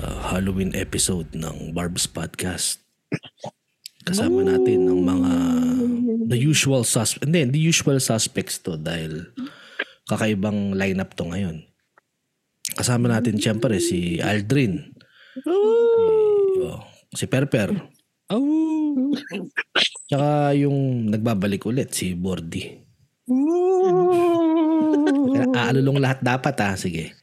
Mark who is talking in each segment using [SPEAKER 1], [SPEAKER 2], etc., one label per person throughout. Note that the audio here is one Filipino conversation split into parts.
[SPEAKER 1] gagawin episode ng Barb's Podcast. Kasama natin ang mga the usual suspects. Hindi, the usual suspects to dahil kakaibang lineup to ngayon. Kasama natin siyempre si Aldrin. Oh, si Perper.
[SPEAKER 2] Oh.
[SPEAKER 1] Tsaka yung nagbabalik ulit si Bordy. Kaya aalulong lahat dapat ah. Sige.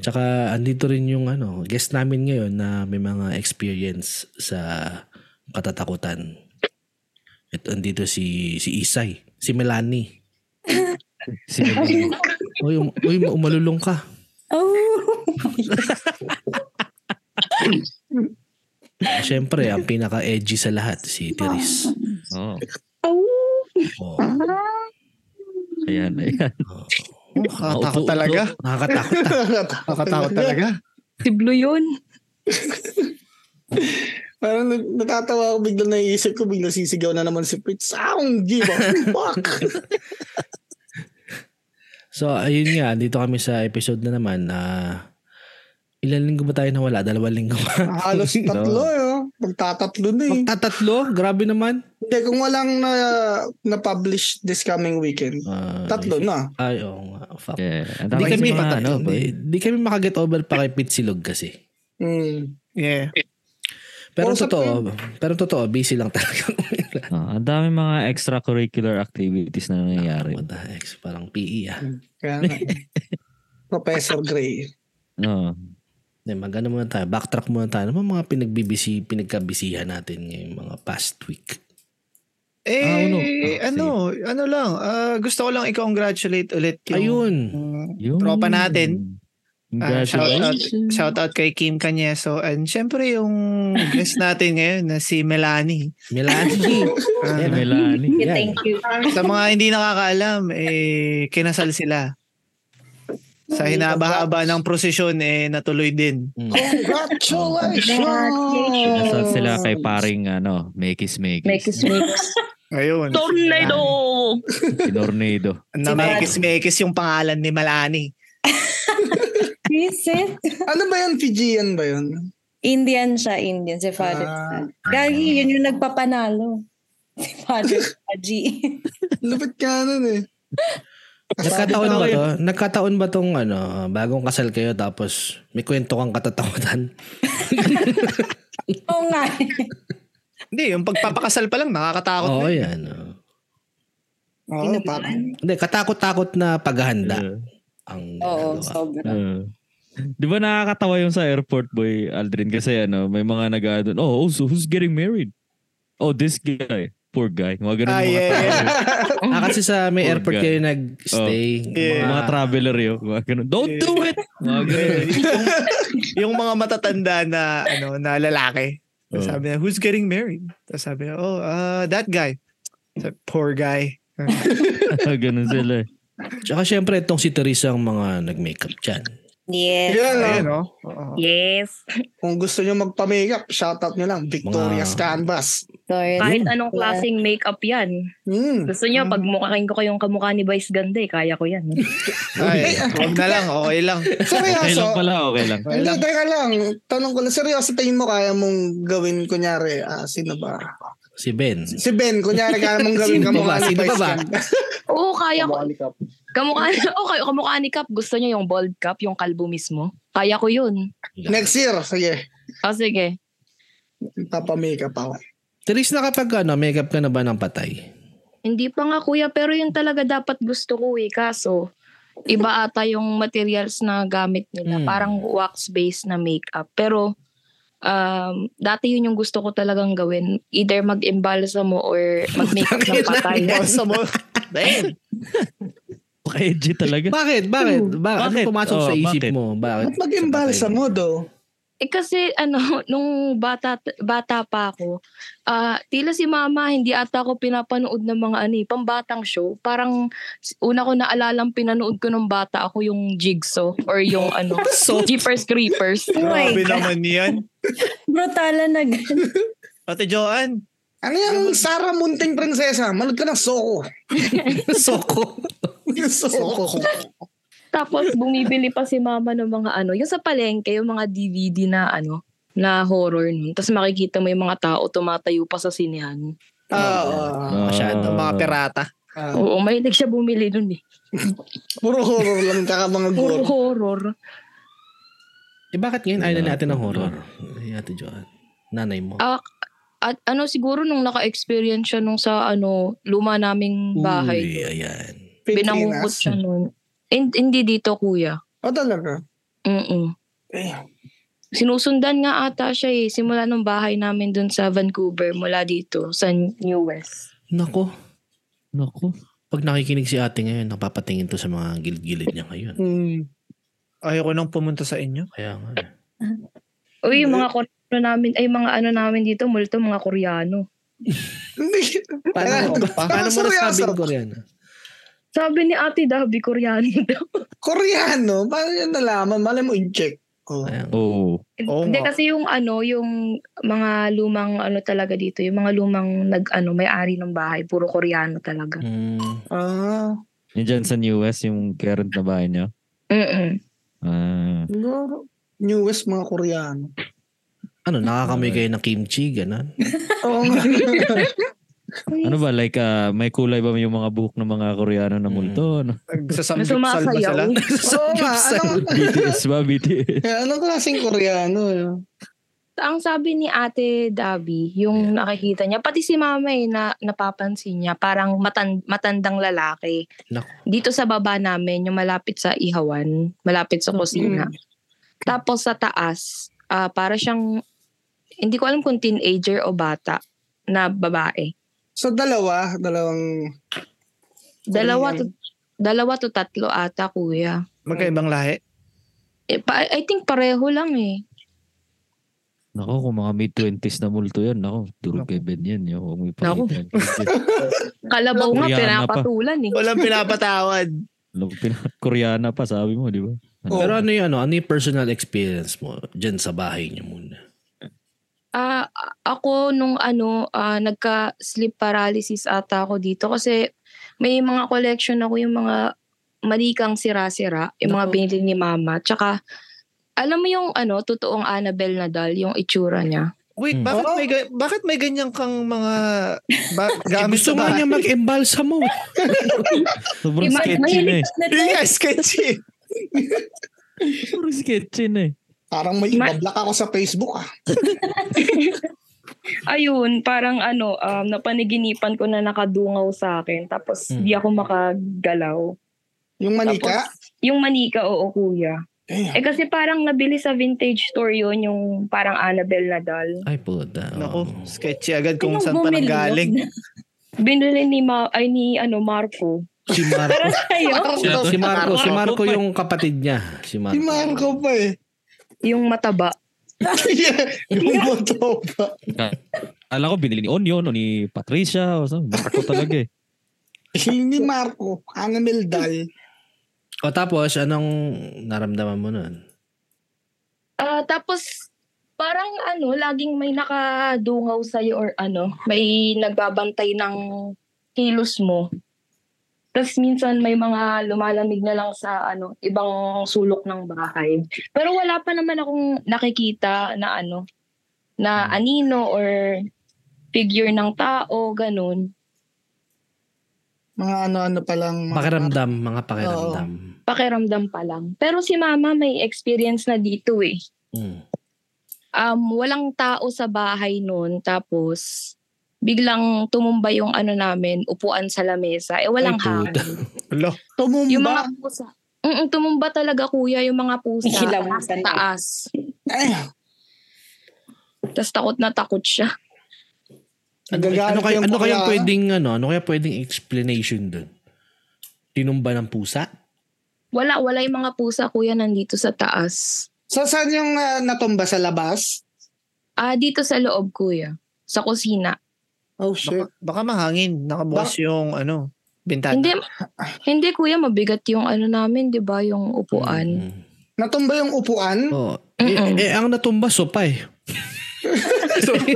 [SPEAKER 1] Tsaka andito rin yung ano, guest namin ngayon na may mga experience sa katatakutan. At andito si si Isay, si Melanie.
[SPEAKER 2] Sige.
[SPEAKER 1] Uy, um, uy umalulong ka.
[SPEAKER 3] Oh.
[SPEAKER 1] Siyempre, ang pinaka-edgy sa lahat, si Teres.
[SPEAKER 2] Oh.
[SPEAKER 1] Oh,
[SPEAKER 2] Ayan, ayan.
[SPEAKER 1] oh.
[SPEAKER 4] Nakakatakot talaga.
[SPEAKER 1] Nakakatakot. ah.
[SPEAKER 4] Nakakatakot talaga.
[SPEAKER 3] Si Blue yun.
[SPEAKER 4] Parang nat- natatawa ako bigla naiisip ko, bigla sisigaw na naman si Pete. Sound, give a fuck.
[SPEAKER 1] So, ayun nga, dito kami sa episode na naman na ilan linggo ba tayo nawala? Dalawang linggo ba?
[SPEAKER 4] Halos tatlo, eh. Magtatatlo na eh.
[SPEAKER 1] Magtatatlo? Grabe naman.
[SPEAKER 4] Hindi, kung walang na, na-publish this coming weekend,
[SPEAKER 1] Ah,
[SPEAKER 4] tatlo na.
[SPEAKER 1] Ay, oo nga. Fuck.
[SPEAKER 2] Yeah. Eh, Ang
[SPEAKER 1] Di
[SPEAKER 2] dami
[SPEAKER 1] kami,
[SPEAKER 2] kasi mga ano, boy.
[SPEAKER 1] di, di kami makaget over pa kay Pitsilog kasi.
[SPEAKER 4] Mm.
[SPEAKER 5] Yeah.
[SPEAKER 1] Pero
[SPEAKER 4] Pero sa
[SPEAKER 1] totoo, pero totoo, busy lang talaga.
[SPEAKER 2] Oh, ang dami mga extracurricular activities na nangyayari.
[SPEAKER 1] What the heck? Parang PE ah.
[SPEAKER 4] Kaya nga. Professor Gray.
[SPEAKER 2] Oo.
[SPEAKER 1] Then, magano muna tayo. Backtrack muna tayo. Ano mga pinagbibisi, pinagkabisihan natin ngayong mga past week?
[SPEAKER 5] Eh,
[SPEAKER 2] Ah, ano?
[SPEAKER 5] ano,
[SPEAKER 2] Ah,
[SPEAKER 5] ano, lang, ah, gusto ko lang i-congratulate ulit yung
[SPEAKER 1] Ayun.
[SPEAKER 5] mm,
[SPEAKER 2] Yun.
[SPEAKER 5] Tropa natin. Ah,
[SPEAKER 2] Congratulations.
[SPEAKER 5] shout out kay Kim Canyeso and syempre yung guest natin ngayon na si Melanie.
[SPEAKER 1] Melanie.
[SPEAKER 5] Ah,
[SPEAKER 2] Si Melanie.
[SPEAKER 1] Yan.
[SPEAKER 6] Thank you.
[SPEAKER 5] sa mga hindi nakakaalam, eh, kinasal sila. Sa hinaba-haba ng prosesyon, eh, natuloy din.
[SPEAKER 1] Mm.
[SPEAKER 4] Congratulations!
[SPEAKER 2] Nasaan sila kay paring ano, Mekis Mekis.
[SPEAKER 6] Make us make
[SPEAKER 5] Ayun.
[SPEAKER 6] Tornado!
[SPEAKER 2] Si Tornado.
[SPEAKER 5] Namekis-mekis yung pangalan ni Melanie.
[SPEAKER 6] Is it?
[SPEAKER 4] Ano ba yan? Fijian ba yun?
[SPEAKER 6] Indian siya, Indian. Si Father.
[SPEAKER 4] Ah.
[SPEAKER 6] Gagi, yun yung nagpapanalo. Si Father Haji.
[SPEAKER 4] Lupit ka nun eh.
[SPEAKER 1] Nagkataon ba to? Nagkataon ba tong ano, bagong kasal kayo tapos may kwento kang katatakutan?
[SPEAKER 6] Oo nga.
[SPEAKER 5] Hindi, yung pagpapakasal pa lang, nakakatakot
[SPEAKER 1] Oo,
[SPEAKER 5] na.
[SPEAKER 1] yan. oh.
[SPEAKER 4] Oo,
[SPEAKER 6] Ano ba?
[SPEAKER 4] parang.
[SPEAKER 1] Hindi, katakot-takot na paghahanda.
[SPEAKER 2] Uh,
[SPEAKER 1] Ang
[SPEAKER 6] Oo,
[SPEAKER 1] ginagawa.
[SPEAKER 6] sobra.
[SPEAKER 2] Di ba nakakatawa yung sa airport boy Aldrin kasi ano may mga nag doon oh so who's getting married oh this guy poor guy mga ganun
[SPEAKER 5] Ah,
[SPEAKER 2] mga,
[SPEAKER 5] yeah,
[SPEAKER 2] travel-
[SPEAKER 1] Ah, kasi sa may
[SPEAKER 2] Poor
[SPEAKER 1] airport
[SPEAKER 2] guy.
[SPEAKER 1] kayo nag-stay.
[SPEAKER 5] Yeah.
[SPEAKER 2] mga traveler yun mga ganun don't do it mga ganun
[SPEAKER 5] Eh, yung, yung mga matatanda na ano na lalaki.
[SPEAKER 2] Oh.
[SPEAKER 5] Sabi niya, who's getting married? Tapos sabi niya, oh, uh, that guy. Sabi, Poor guy.
[SPEAKER 2] ganun sila eh.
[SPEAKER 1] Tsaka syempre itong si Teresa ang mga nag-makeup dyan.
[SPEAKER 6] Yes.
[SPEAKER 4] Yan ah.
[SPEAKER 5] Ayun, oh. Oo.
[SPEAKER 7] Yes.
[SPEAKER 4] Kung gusto nyo magpa-makeup, shoutout nyo lang. Victoria's
[SPEAKER 1] Mga-
[SPEAKER 4] Canvas.
[SPEAKER 6] Sorry.
[SPEAKER 7] Kahit anong klaseng makeup yan.
[SPEAKER 4] Mm.
[SPEAKER 7] Gusto nyo, pag mukhain ko kayong kamukha ni Vice Ganda eh, kaya ko yan.
[SPEAKER 5] Ay, huwag na lang, okay lang.
[SPEAKER 2] okay lang
[SPEAKER 4] Seryoso.
[SPEAKER 2] pala okay lang
[SPEAKER 4] Hindi, teka lang. Tanong ko lang. Seryoso, tingin mo kaya mong gawin, kunyari, ah, sino ba?
[SPEAKER 1] Si Ben.
[SPEAKER 4] Si Ben, kunyari, kaya mong gawin
[SPEAKER 1] Sino
[SPEAKER 4] ka
[SPEAKER 1] ba?
[SPEAKER 4] mukha ni
[SPEAKER 1] Sino
[SPEAKER 4] Vice
[SPEAKER 1] ba?
[SPEAKER 4] Ganda.
[SPEAKER 7] Oo, kaya ko. Kamukha, oh, kayo, kamukha ni Cap. Gusto nyo yung bald cap, yung kalbo mismo. Kaya ko yun.
[SPEAKER 4] Next year, sige.
[SPEAKER 7] Ah, sige.
[SPEAKER 4] Papa-makeup ako.
[SPEAKER 1] Teresa, nakapag ano, makeup ka na ba ng patay?
[SPEAKER 7] Hindi pa nga kuya, pero yun talaga dapat gusto ko eh. Kaso, iba ata yung materials na gamit nila.
[SPEAKER 1] Hmm.
[SPEAKER 7] Parang wax-based na makeup. Pero, um, dati yun yung gusto ko talagang gawin. Either mag-embalsa mo or mag-makeup ng patay.
[SPEAKER 5] Basta mo. Damn.
[SPEAKER 2] edgy talaga
[SPEAKER 1] Bakit? Baket? Bakit? Ano
[SPEAKER 2] Bakit?
[SPEAKER 1] pumasok
[SPEAKER 2] Oh,
[SPEAKER 1] sa isip
[SPEAKER 2] bakit?
[SPEAKER 1] mo? Bakit?
[SPEAKER 4] Ba't mag-imbalsa mo, do?
[SPEAKER 7] Eh kasi ano, nung bata, bata pa ako, ah, tila si mama, hindi ata ako pinapanood ng mga ano, eh, pambatang show. Parang s- una ko naalalang pinanood ko nung bata ako yung Jigsaw or yung ano, Jeepers Creepers.
[SPEAKER 6] Oh my
[SPEAKER 5] Grabe
[SPEAKER 6] God.
[SPEAKER 5] naman yan.
[SPEAKER 6] Brutala na ganun.
[SPEAKER 5] Ate Joanne,
[SPEAKER 4] Ano yung Sarah Munting Prinsesa? Manood ka ng Soko.
[SPEAKER 1] Soko.
[SPEAKER 4] Soko.
[SPEAKER 7] Tapos bumibili pa si mama ng mga ano, yung sa palengke, yung mga DVD na ano, na horror nun. Tapos makikita mo yung mga tao tumatayo pa sa sinehan.
[SPEAKER 4] Ah,
[SPEAKER 1] Masyado.
[SPEAKER 5] Mga pirata.
[SPEAKER 4] ah.
[SPEAKER 7] Oo, mahilig siya bumili nun eh.
[SPEAKER 4] Puro horror lang kaka mga
[SPEAKER 7] Puro
[SPEAKER 4] gore.
[SPEAKER 7] horror.
[SPEAKER 1] Eh bakit ngayon ayaw na
[SPEAKER 2] Yeah.
[SPEAKER 1] natin ng horror? Ay, Ate Joanne. Nanay mo.
[SPEAKER 7] Ah, At ano siguro nung naka-experience siya nung sa ano luma naming bahay.
[SPEAKER 1] Uy, ayan.
[SPEAKER 7] Binangukot
[SPEAKER 4] Pilipinas.
[SPEAKER 7] siya nun. Hin- Hindi dito kuya.
[SPEAKER 4] O talaga.
[SPEAKER 7] Mm-mm.
[SPEAKER 4] Damn.
[SPEAKER 7] Sinusundan nga ata siya eh. Simula nung bahay namin dun sa Vancouver mula dito sa New West.
[SPEAKER 1] Nako.
[SPEAKER 2] Naku.
[SPEAKER 1] Pag nakikinig si ate ngayon, napapatingin to sa mga gilid-gilid niya ngayon.
[SPEAKER 4] Mm.
[SPEAKER 5] Ayoko nang pumunta sa inyo.
[SPEAKER 1] Kaya nga. eh.
[SPEAKER 7] Uy, yung mga Koreano namin, ay mga ano namin dito, multo mga Koreano.
[SPEAKER 4] Hindi.
[SPEAKER 1] Paano,
[SPEAKER 4] Teka,
[SPEAKER 1] pa, paano mo
[SPEAKER 4] seryoso.
[SPEAKER 1] nasabing Koreano?
[SPEAKER 7] Sabi ni Ate Dabi, Koreano daw.
[SPEAKER 4] Koreano? Paano yan nalaman? Malay mo i-check. Oh.
[SPEAKER 1] Ayan.
[SPEAKER 2] Oo.
[SPEAKER 5] Oo
[SPEAKER 7] Hindi
[SPEAKER 5] nga.
[SPEAKER 7] kasi yung ano, yung mga lumang ano talaga dito, yung mga lumang nag ano, may-ari ng bahay, puro Koreano talaga.
[SPEAKER 1] Mm,
[SPEAKER 4] Ah.
[SPEAKER 2] Yung dyan sa New West, yung current na bahay niya.
[SPEAKER 7] Mm-mm.
[SPEAKER 2] Ah.
[SPEAKER 4] Siguro. Newest mga Koreano.
[SPEAKER 1] ano, nakakamoy kayo ng kimchi, gano'n?
[SPEAKER 4] Oo nga.
[SPEAKER 2] Ano ba, like, ah, may kulay ba yung mga buhok ng mga Koreano na multo? Ano?
[SPEAKER 5] Nagsasamgipsal ba sila?
[SPEAKER 7] Sumasayaw.
[SPEAKER 4] Oo nga. Anong,
[SPEAKER 2] BTS ba? BTS?
[SPEAKER 4] eh, anong klaseng Koreano? eh?
[SPEAKER 7] Ang sabi ni Ate Dabi, yung nakikita niya, pati si Mama eh, na, napapansin niya, parang matan- matandang lalaki.
[SPEAKER 1] Naku.
[SPEAKER 7] Dito sa baba namin, yung malapit sa ihawan, malapit sa kusina. Tapos sa taas, ah, para siyang, hindi ko alam kung teenager o bata na babae.
[SPEAKER 4] So dalawa, dalawang
[SPEAKER 7] Dalawa
[SPEAKER 4] Korean.
[SPEAKER 7] to, dalawa to tatlo ata, kuya.
[SPEAKER 5] Magkaibang lahi.
[SPEAKER 7] Eh, pa- I think pareho lang eh.
[SPEAKER 2] Nako, kung mga mid-twenties na multo yan, nako, durog kay Ben yan. Yung, huwag mo
[SPEAKER 7] Nako.
[SPEAKER 2] ipakita.
[SPEAKER 7] Kalabaw nga,
[SPEAKER 2] Koreana pa.
[SPEAKER 7] pinapatulan eh.
[SPEAKER 5] Walang pinapatawad.
[SPEAKER 2] Alam ko, Ano pina- Koreana pa, sabi mo, di ba?
[SPEAKER 4] Oo.
[SPEAKER 1] Pero ano yung, ano, ano yung personal experience mo dyan sa bahay niyo muna?
[SPEAKER 7] Ah, ako nung ano, ah, nagka-sleep paralysis ata ako dito kasi may mga collection ako yung mga malikang sira-sira, yung mga binili ni mama. Tsaka, alam mo yung ano, totoong Annabelle Nadal, yung itsura niya.
[SPEAKER 1] Hmm.
[SPEAKER 5] Wait, bakit
[SPEAKER 4] Oo.
[SPEAKER 5] may ga- bakit may ganyan kang mga ba-
[SPEAKER 1] Eh,
[SPEAKER 5] gamit
[SPEAKER 1] gusto
[SPEAKER 5] sa
[SPEAKER 1] nga
[SPEAKER 5] bahay?
[SPEAKER 1] niya mag-embalsa mo.
[SPEAKER 2] Sobrang
[SPEAKER 6] Ima-
[SPEAKER 2] sketchy na
[SPEAKER 6] mahilig
[SPEAKER 2] eh.
[SPEAKER 6] ka na
[SPEAKER 5] Yun
[SPEAKER 6] tayo.
[SPEAKER 5] nga, sketchy.
[SPEAKER 2] Sobrang sketchy na eh.
[SPEAKER 4] parang may
[SPEAKER 7] Ma-
[SPEAKER 4] ibablock ako sa Facebook ah.
[SPEAKER 7] Ayun, parang ano, um, napaniginipan ko na nakadungaw sa akin. Tapos,
[SPEAKER 1] Mm.
[SPEAKER 2] Hmm.
[SPEAKER 7] di ako makagalaw.
[SPEAKER 4] Yung manika.
[SPEAKER 7] Tapos, yung manika, oo, kuya.
[SPEAKER 4] Damn.
[SPEAKER 7] Eh kasi parang nabili sa vintage store yun, yung parang Annabelle Nadal.
[SPEAKER 1] Ay, puta.
[SPEAKER 5] Nako,
[SPEAKER 1] Oo.
[SPEAKER 5] sketchy agad kung
[SPEAKER 6] Anong
[SPEAKER 5] saan pa
[SPEAKER 6] bumili
[SPEAKER 5] nanggaling.
[SPEAKER 6] yun?
[SPEAKER 7] Binili ni Ma, ay ni ano Marco.
[SPEAKER 1] Si Marco.
[SPEAKER 7] Sa'yo,
[SPEAKER 1] si Marco, si Marco yung kapatid niya. Si Marco.
[SPEAKER 4] Si Marco pa eh.
[SPEAKER 7] yung mataba.
[SPEAKER 4] yung boto pa.
[SPEAKER 2] Alam ko, binili ni Onion o ni Patricia o something. Marco talaga eh.
[SPEAKER 4] Hindi Marco. Annabelle Dal.
[SPEAKER 1] O tapos, anong naramdaman mo nun?
[SPEAKER 7] Ah, tapos parang ano, laging may nakadungaw sa'yo or ano, may nagbabantay ng kilos mo. Tapos minsan may mga lumalamig na lang sa ano, ibang sulok ng bahay. Pero wala pa naman akong nakikita na ano, na anino or figure ng tao, ganun.
[SPEAKER 4] Mga ano-ano pa lang. Mga,
[SPEAKER 1] Pakiramdam, mga pakiramdam.
[SPEAKER 7] pakiramdam pa lang. Pero si mama may experience na dito eh.
[SPEAKER 1] Mm.
[SPEAKER 7] Um, walang tao sa bahay noon. Tapos, biglang tumumba yung ano namin, upuan sa lamesa. Eh, walang
[SPEAKER 1] Ay, puta.
[SPEAKER 7] hangin.
[SPEAKER 5] Alo,
[SPEAKER 4] Tumumba.
[SPEAKER 7] Yung mga pusa. Mm tumumba talaga kuya yung mga pusa.
[SPEAKER 6] Hilamutan.
[SPEAKER 7] Taas.
[SPEAKER 4] Ay,
[SPEAKER 7] Tapos takot na takot siya.
[SPEAKER 1] Ano,
[SPEAKER 4] Nagagalit
[SPEAKER 1] ano, kaya,
[SPEAKER 4] yung
[SPEAKER 1] ano kaya
[SPEAKER 4] bakla.
[SPEAKER 1] pwedeng, ano, ano kaya pwedeng explanation dun? Tinumba ng pusa?
[SPEAKER 7] Wala, wala yung mga pusa kuya nandito sa taas.
[SPEAKER 4] sa saan yung ah, natumba sa labas?
[SPEAKER 7] Ah, dito sa loob kuya. Sa kusina.
[SPEAKER 4] Oh
[SPEAKER 5] baka, baka mahangin. Nakabukas yung ano, bintana.
[SPEAKER 7] Hindi, hindi kuya, mabigat yung ano namin, di ba? Yung upuan.
[SPEAKER 1] Mm.
[SPEAKER 4] Natumba yung upuan?
[SPEAKER 1] Oo. Eh,
[SPEAKER 7] Mm-mm.
[SPEAKER 1] eh, ang natumba, sopa eh.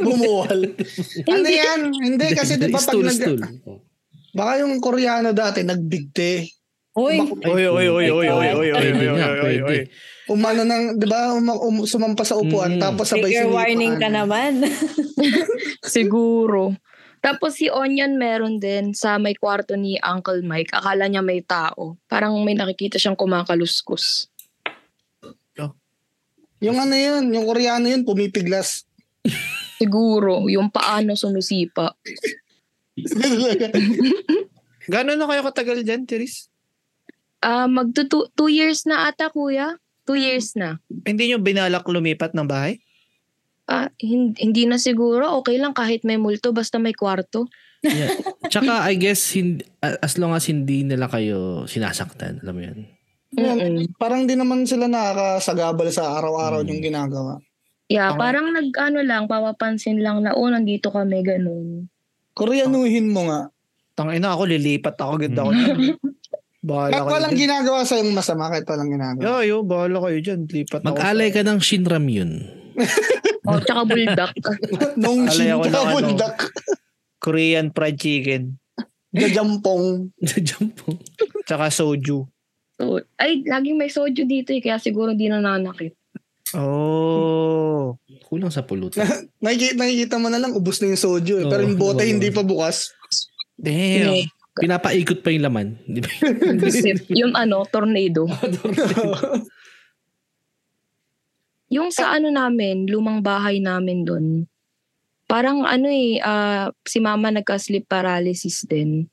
[SPEAKER 4] Bumuhal. ano yan? Hindi kasi di ba pag
[SPEAKER 1] stool,
[SPEAKER 4] nag...
[SPEAKER 1] stool.
[SPEAKER 4] Baka yung Koreano dati nagbigte.
[SPEAKER 6] Uy,
[SPEAKER 5] Oy, oy, oy, oy, oy, oy, oy,
[SPEAKER 1] Pwede
[SPEAKER 5] oy,
[SPEAKER 1] nga,
[SPEAKER 5] oy, oy,
[SPEAKER 1] pwede.
[SPEAKER 5] oy.
[SPEAKER 4] Umano ng, di ba, um, um, sumampa sa upuan,
[SPEAKER 1] Mm.
[SPEAKER 4] tapos sabay
[SPEAKER 3] bigger
[SPEAKER 4] sinipa.
[SPEAKER 3] warning ka naman.
[SPEAKER 7] Siguro. Tapos si Onion meron din sa may kwarto ni Uncle Mike. Akala niya may tao. Parang may nakikita siyang kumakaluskus.
[SPEAKER 4] Yung ano yun, yung koreano yun, pumipiglas.
[SPEAKER 7] Siguro, yung paano sumisipa.
[SPEAKER 5] Gano'n na kayo katagal dyan, Therese?
[SPEAKER 7] Ah, magto two, two years na ata, kuya. Two years na.
[SPEAKER 5] Hindi nyo binalak lumipat ng bahay?
[SPEAKER 7] Ah, hin- hindi na siguro. Okay lang kahit may multo, basta may kwarto.
[SPEAKER 1] Yeah. Tsaka I guess hin- as long as hindi nila kayo sinasaktan, alam mo yun.
[SPEAKER 7] Mm-mm.
[SPEAKER 4] parang di naman sila nakakasagabal sa araw-araw yung ginagawa.
[SPEAKER 7] Yeah,
[SPEAKER 5] Okay.
[SPEAKER 7] parang nag-ano lang, papapansin lang na, oh, nandito kami, ganun.
[SPEAKER 4] Koreanuhin mo nga.
[SPEAKER 5] Tangin na ako, lilipat ako, ganda ko. bahala
[SPEAKER 4] Kahit
[SPEAKER 5] kayo
[SPEAKER 4] walang
[SPEAKER 5] dyan.
[SPEAKER 4] ginagawa sa yung masama, kahit walang ginagawa.
[SPEAKER 5] Yo, yo, bahala kayo dyan. Lipat ako.
[SPEAKER 1] Mag-alay ka ng Shinram yun.
[SPEAKER 7] Oh, tsaka buldak.
[SPEAKER 4] Nung
[SPEAKER 5] Alay ako ng
[SPEAKER 4] sinta
[SPEAKER 5] ano.
[SPEAKER 4] bundak,
[SPEAKER 5] Korean fried chicken.
[SPEAKER 4] jajampong.
[SPEAKER 1] Jampong.
[SPEAKER 5] Tsaka soju.
[SPEAKER 7] so, ay, laging may soju dito eh, kaya siguro di nananakit.
[SPEAKER 5] Oh.
[SPEAKER 1] Kulang sa pulutan.
[SPEAKER 4] Nakikita, nakikita mo na lang, ubus na yung soju. Eh. Pero
[SPEAKER 1] Oo.
[SPEAKER 4] yung bote hindi pa bukas.
[SPEAKER 5] Damn.
[SPEAKER 1] Pinapaikot pa yung laman. Di ba?
[SPEAKER 7] Sip, yung ano, tornado. yung sa ano namin, lumang bahay namin doon, parang ano eh, ah, si mama nagka-sleep paralysis din.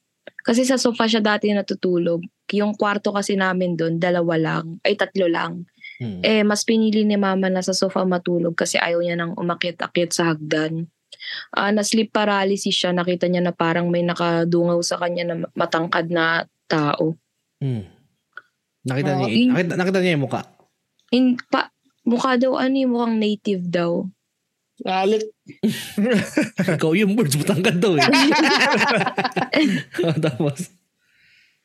[SPEAKER 7] Kasi sa sofa siya dati natutulog. Yung kwarto kasi namin doon, dalawa lang. Ay, tatlo lang.
[SPEAKER 1] Hmm.
[SPEAKER 7] Eh, mas pinili ni mama na sa sofa matulog kasi ayaw niya nang umakit-akit sa hagdan. Ah, na sleep paralysis siya, nakita niya na parang may nakadungaw sa kanya na matangkad na tao.
[SPEAKER 1] Hmm. Nakita,
[SPEAKER 7] Oo,
[SPEAKER 1] niya,
[SPEAKER 7] in-
[SPEAKER 1] nakita, nakita niya yung mukha.
[SPEAKER 7] In, pa, mukha daw ano eh, mukhang native daw.
[SPEAKER 4] Alik.
[SPEAKER 1] Ikaw yung birds, butang ka daw eh. Tapos,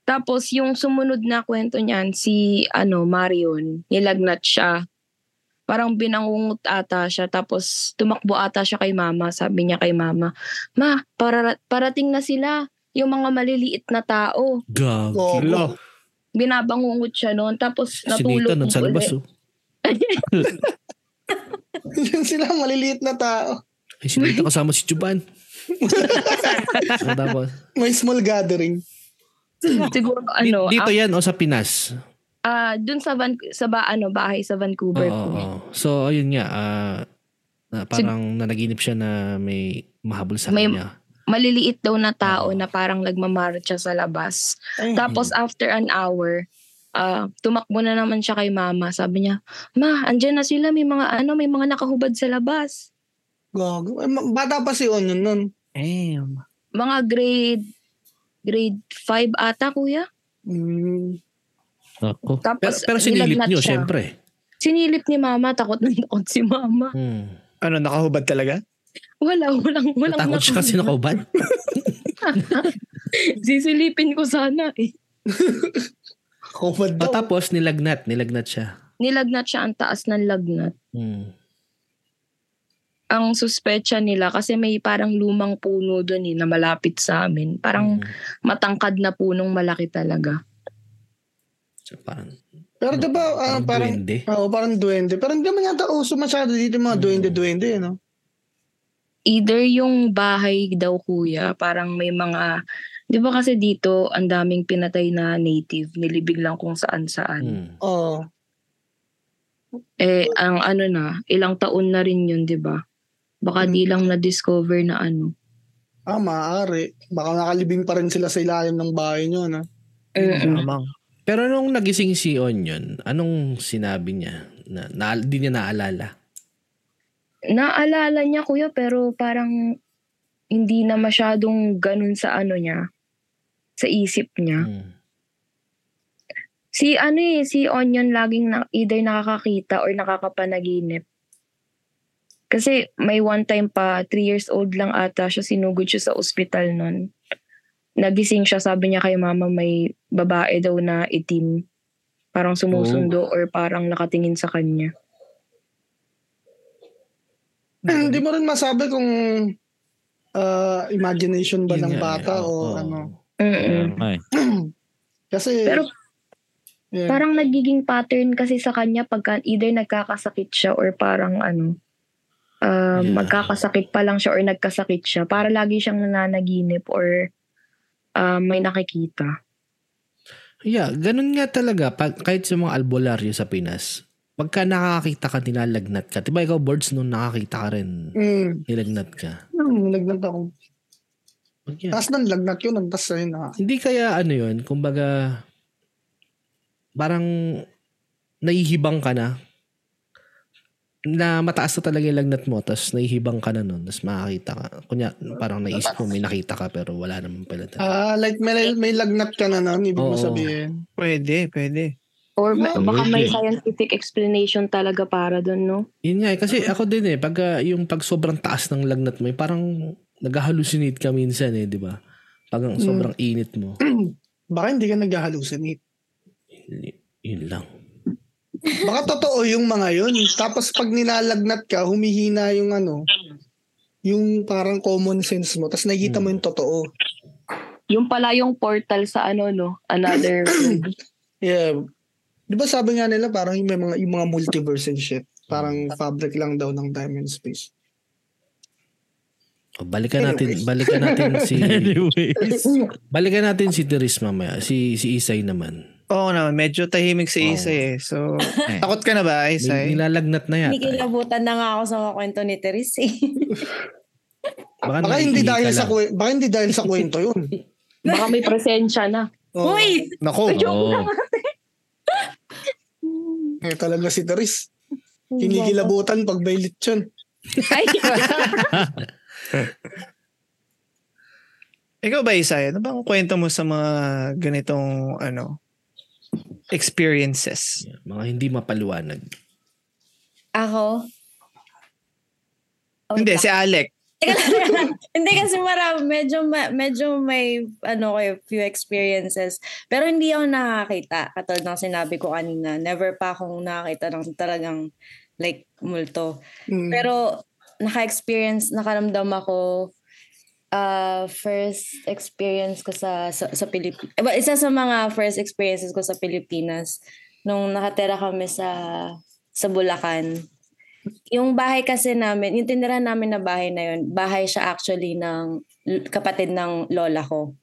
[SPEAKER 7] Tapos yung sumunod na kwento niyan, si ano, Marion, nilagnat siya. Parang binangungot ata siya. Tapos tumakbo ata siya kay mama. Sabi niya kay mama, Ma, para, parating na sila. Yung mga maliliit na tao.
[SPEAKER 1] gab.
[SPEAKER 4] Oo.
[SPEAKER 1] Lo.
[SPEAKER 7] Binabangungot siya noon.
[SPEAKER 1] Si
[SPEAKER 7] Tapos
[SPEAKER 1] Natulog Nathan,
[SPEAKER 7] natulog
[SPEAKER 1] sa
[SPEAKER 7] uli.
[SPEAKER 1] labas oh.
[SPEAKER 4] sila maliliit na tao.
[SPEAKER 1] Ay, si Nathan kasama si Chuban. Tapos,
[SPEAKER 4] May small gathering.
[SPEAKER 1] oh.
[SPEAKER 7] Siguro ano,
[SPEAKER 1] dito
[SPEAKER 7] ah,
[SPEAKER 1] yan o sa Pinas?
[SPEAKER 7] ah, dun sa, Van, sa ba, ano, bahay sa
[SPEAKER 1] Oo.
[SPEAKER 7] Vancouver. po.
[SPEAKER 1] oo. So, ayun nga. ah, na parang nanaginip siya na may mahabol sa
[SPEAKER 7] May-
[SPEAKER 1] kanya.
[SPEAKER 7] maliliit daw na tao
[SPEAKER 1] Oo.
[SPEAKER 7] na parang nagmamarcha sa labas.
[SPEAKER 4] Ay.
[SPEAKER 7] Tapos after an hour, ah, tumakbo na naman siya kay mama. Sabi niya, "Ma, andyan na sila, may mga ano, may mga nakahubad sa labas."
[SPEAKER 4] Gago. Eh, ma- Bata pa si Onion nun.
[SPEAKER 5] Damn.
[SPEAKER 7] Mga grade grade 5 ata, kuya.
[SPEAKER 4] Mm.
[SPEAKER 2] Ako.
[SPEAKER 1] Pero,
[SPEAKER 7] Tapos
[SPEAKER 1] pero sinilip
[SPEAKER 7] nilagnat
[SPEAKER 1] niyo,
[SPEAKER 7] siya.
[SPEAKER 1] syempre.
[SPEAKER 7] Sinilip ni mama, takot na takot si mama.
[SPEAKER 1] Hmm.
[SPEAKER 5] Ano, nakahubad talaga?
[SPEAKER 7] Wala, walang, walang
[SPEAKER 1] Natakot siya kasi
[SPEAKER 7] nakahubad.
[SPEAKER 1] nakauban.
[SPEAKER 7] Sisilipin ko sana eh.
[SPEAKER 4] Kumad
[SPEAKER 1] O
[SPEAKER 4] daw.
[SPEAKER 1] tapos nilagnat, nilagnat siya.
[SPEAKER 7] Nilagnat siya ang taas ng lagnat.
[SPEAKER 1] Hmm.
[SPEAKER 7] Ang suspecha nila kasi may parang lumang puno doon eh na malapit sa amin. Parang
[SPEAKER 1] Hmm.
[SPEAKER 7] matangkad na punong malaki talaga.
[SPEAKER 1] So, parang,
[SPEAKER 4] Pero
[SPEAKER 1] ano,
[SPEAKER 4] diba, ah, parang,
[SPEAKER 1] duwende.
[SPEAKER 4] Oo, parang duwende. Pero hindi naman yata uso masyado dito yung mga
[SPEAKER 1] Mm.
[SPEAKER 4] duwende-duwende, ano?
[SPEAKER 7] Either yung bahay daw kuya, parang may mga, di ba kasi dito, ang daming pinatay na native, nilibig lang kung saan
[SPEAKER 1] Hmm.
[SPEAKER 7] saan.
[SPEAKER 4] Oo.
[SPEAKER 7] Eh, ang ano na, ilang taon na rin yun, di ba? Baka
[SPEAKER 4] Mm.
[SPEAKER 7] di lang na-discover na ano.
[SPEAKER 4] Ah, maaari. Baka nakalibing pa rin sila sa ilalim ng bahay nyo, ano?
[SPEAKER 7] Mm-mm.
[SPEAKER 5] Amang.
[SPEAKER 1] Pero nung nagising si Onion, anong sinabi niya? Na, na, di niya naalala.
[SPEAKER 7] Naalala niya kuya, pero parang hindi na masyadong ganun sa ano niya, sa isip niya.
[SPEAKER 1] Hmm.
[SPEAKER 7] Si ano eh, si Onion laging na, either nakakakita or nakakapanaginip. Kasi may one time pa, three years old lang ata siya, sinugod siya sa ospital nun. Nagising siya, sabi niya kay mama may babae daw na itim. Parang sumusundo or parang nakatingin sa kanya.
[SPEAKER 4] Eh,
[SPEAKER 1] Hmm.
[SPEAKER 4] Hindi mo rin masabi kung ah, imagination ba
[SPEAKER 1] Yun
[SPEAKER 4] ng
[SPEAKER 1] nga eh,
[SPEAKER 4] bata
[SPEAKER 1] oo,
[SPEAKER 4] o
[SPEAKER 1] oo.
[SPEAKER 4] ano.
[SPEAKER 7] Mm-mm.
[SPEAKER 2] Ay.
[SPEAKER 4] Kasi
[SPEAKER 7] Pero
[SPEAKER 4] Yeah.
[SPEAKER 7] Parang nagiging pattern kasi sa kanya pagka either nagkakasakit siya or parang ano, ah,
[SPEAKER 1] Yeah.
[SPEAKER 7] magkakasakit pa lang siya or nagkasakit siya. Para lagi siyang nananaginip or ah, may nakikita.
[SPEAKER 1] Yeah, ganun nga talaga. Pag, kahit sa mga albularyo sa Pinas, pagka nakakita ka, nilalagnat ka. Diba ikaw, birds, nung nakakita ka rin,
[SPEAKER 4] Mm.
[SPEAKER 1] nilagnat ka.
[SPEAKER 4] Mm, Lagnat ako.
[SPEAKER 1] Pag yan.
[SPEAKER 4] Tapos nang lagnat yun, ang tas ayun na.
[SPEAKER 1] Hindi kaya ano yun, kumbaga, parang nahihibang ka na, na mataas na talaga yung lagnat mo, tapos nahihibang ka na nun, tapos makakita ka. Kunya, parang naisip mo, may nakita ka, pero wala naman pala talaga.
[SPEAKER 4] Ah, like may, may lagnat ka na nun, ibig
[SPEAKER 1] Oo.
[SPEAKER 4] mo sabihin.
[SPEAKER 5] Pwede, pwede.
[SPEAKER 7] Or ma-
[SPEAKER 2] Yeah,
[SPEAKER 7] baka may
[SPEAKER 2] maybe.
[SPEAKER 7] scientific explanation talaga para doon, no?
[SPEAKER 1] Yun nga, eh, kasi ako din eh, pag ah, yung pag sobrang taas ng lagnat mo, eh, parang nag-hallucinate ka minsan eh, di ba? Pag
[SPEAKER 4] Hmm.
[SPEAKER 1] ang sobrang init mo,
[SPEAKER 4] Baka hindi ka nag-hallucinate.
[SPEAKER 1] yun- yun lang.
[SPEAKER 4] Baka totoo yung mga yun. Tapos pag nilalagnat ka, humihina yung ano, yung parang common sense mo. Tapos nakikita
[SPEAKER 1] Hmm.
[SPEAKER 4] mo yung totoo.
[SPEAKER 7] Yung pala yung portal sa ano, no? Another world.
[SPEAKER 4] Yeah. Di ba sabi nga nila parang yung, may mga, yung mga multiverse and shit.
[SPEAKER 1] Hmm.
[SPEAKER 4] Parang fabric lang daw ng time and space.
[SPEAKER 1] O, balikan natin, balikan natin si...
[SPEAKER 2] Anyways.
[SPEAKER 1] Balikan natin si Teres mamaya. Si, si Isay naman.
[SPEAKER 5] Oo naman, medyo tahimik
[SPEAKER 1] Oo.
[SPEAKER 5] si Isay eh. So, takot ka na ba,
[SPEAKER 1] Nil-
[SPEAKER 5] Isay?
[SPEAKER 1] Nilalagnat na yata. eh.
[SPEAKER 6] Nikilabutan na nga ako sa mga kwento ni Teres eh.
[SPEAKER 1] Ano,
[SPEAKER 4] Baka hindi dahil sa kwe- baka hindi dahil sa kwento yun.
[SPEAKER 7] baka may presensya na.
[SPEAKER 4] Oo.
[SPEAKER 6] Uy!
[SPEAKER 5] Nako.
[SPEAKER 2] Oo.
[SPEAKER 4] Eh, talaga si Teres. Kinikilabutan pag bailit yun.
[SPEAKER 6] Ay,
[SPEAKER 5] Ikaw ba, Isay? Ano bang kwento mo sa mga ganitong, ano, experiences?
[SPEAKER 1] Mga hindi mapaliwanag.
[SPEAKER 6] ako? Oh,
[SPEAKER 5] Hindi, si Alec.
[SPEAKER 6] Teka lang. hindi kasi marami, medyo, ma- medyo may ano kayo, few experiences. Pero hindi ako nakakita. Katulad ng sinabi ko kanina, never pa akong nakakita ng talagang like multo.
[SPEAKER 4] Mm.
[SPEAKER 6] Pero naka-experience, nakaramdam ako uh, first experience ko sa sa, sa Pilipinas. isa sa mga first experiences ko sa Pilipinas nung nakatera kami sa sa Bulacan. Yung bahay kasi namin, yung tinira namin na bahay na yun, bahay siya actually ng l- kapatid ng lola ko.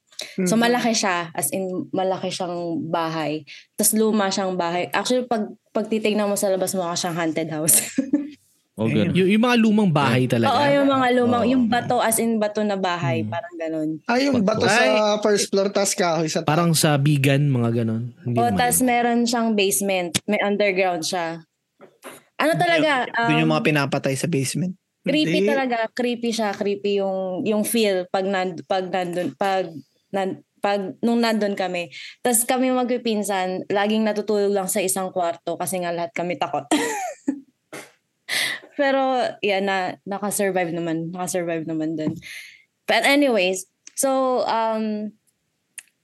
[SPEAKER 6] So
[SPEAKER 4] Mm.
[SPEAKER 6] malaki siya, as in malaki siyang bahay. Tapos luma siyang bahay. Actually, pag, pag titignan mo sa labas, mukha siyang haunted house.
[SPEAKER 2] Oh, ganun.
[SPEAKER 1] Yung, yung mga lumang bahay talaga.
[SPEAKER 6] Oo, yung mga lumang,
[SPEAKER 1] Oo. Mm.
[SPEAKER 6] yung bato, as in bato na bahay, parang ganun.
[SPEAKER 4] Ah, yung bato sa first floor, tas kahoy sa
[SPEAKER 1] Parang sa bigan, mga ganon. Hindi
[SPEAKER 6] O,
[SPEAKER 1] naman
[SPEAKER 6] tas
[SPEAKER 1] yun.
[SPEAKER 6] meron siyang basement, may underground siya. Ano talaga,
[SPEAKER 5] Doon yung
[SPEAKER 6] um,
[SPEAKER 5] mga pinapatay sa basement.
[SPEAKER 6] creepy
[SPEAKER 4] Hindi.
[SPEAKER 6] talaga, creepy siya, creepy yung yung feel pag nan, pag nandun, pag nan, pag nung nandun kami. Tapos kami magpipinsan, laging natutulog lang sa isang kwarto kasi nga lahat kami takot. Pero yan na naka-survive naman, naka-survive naman dun. But anyways, so um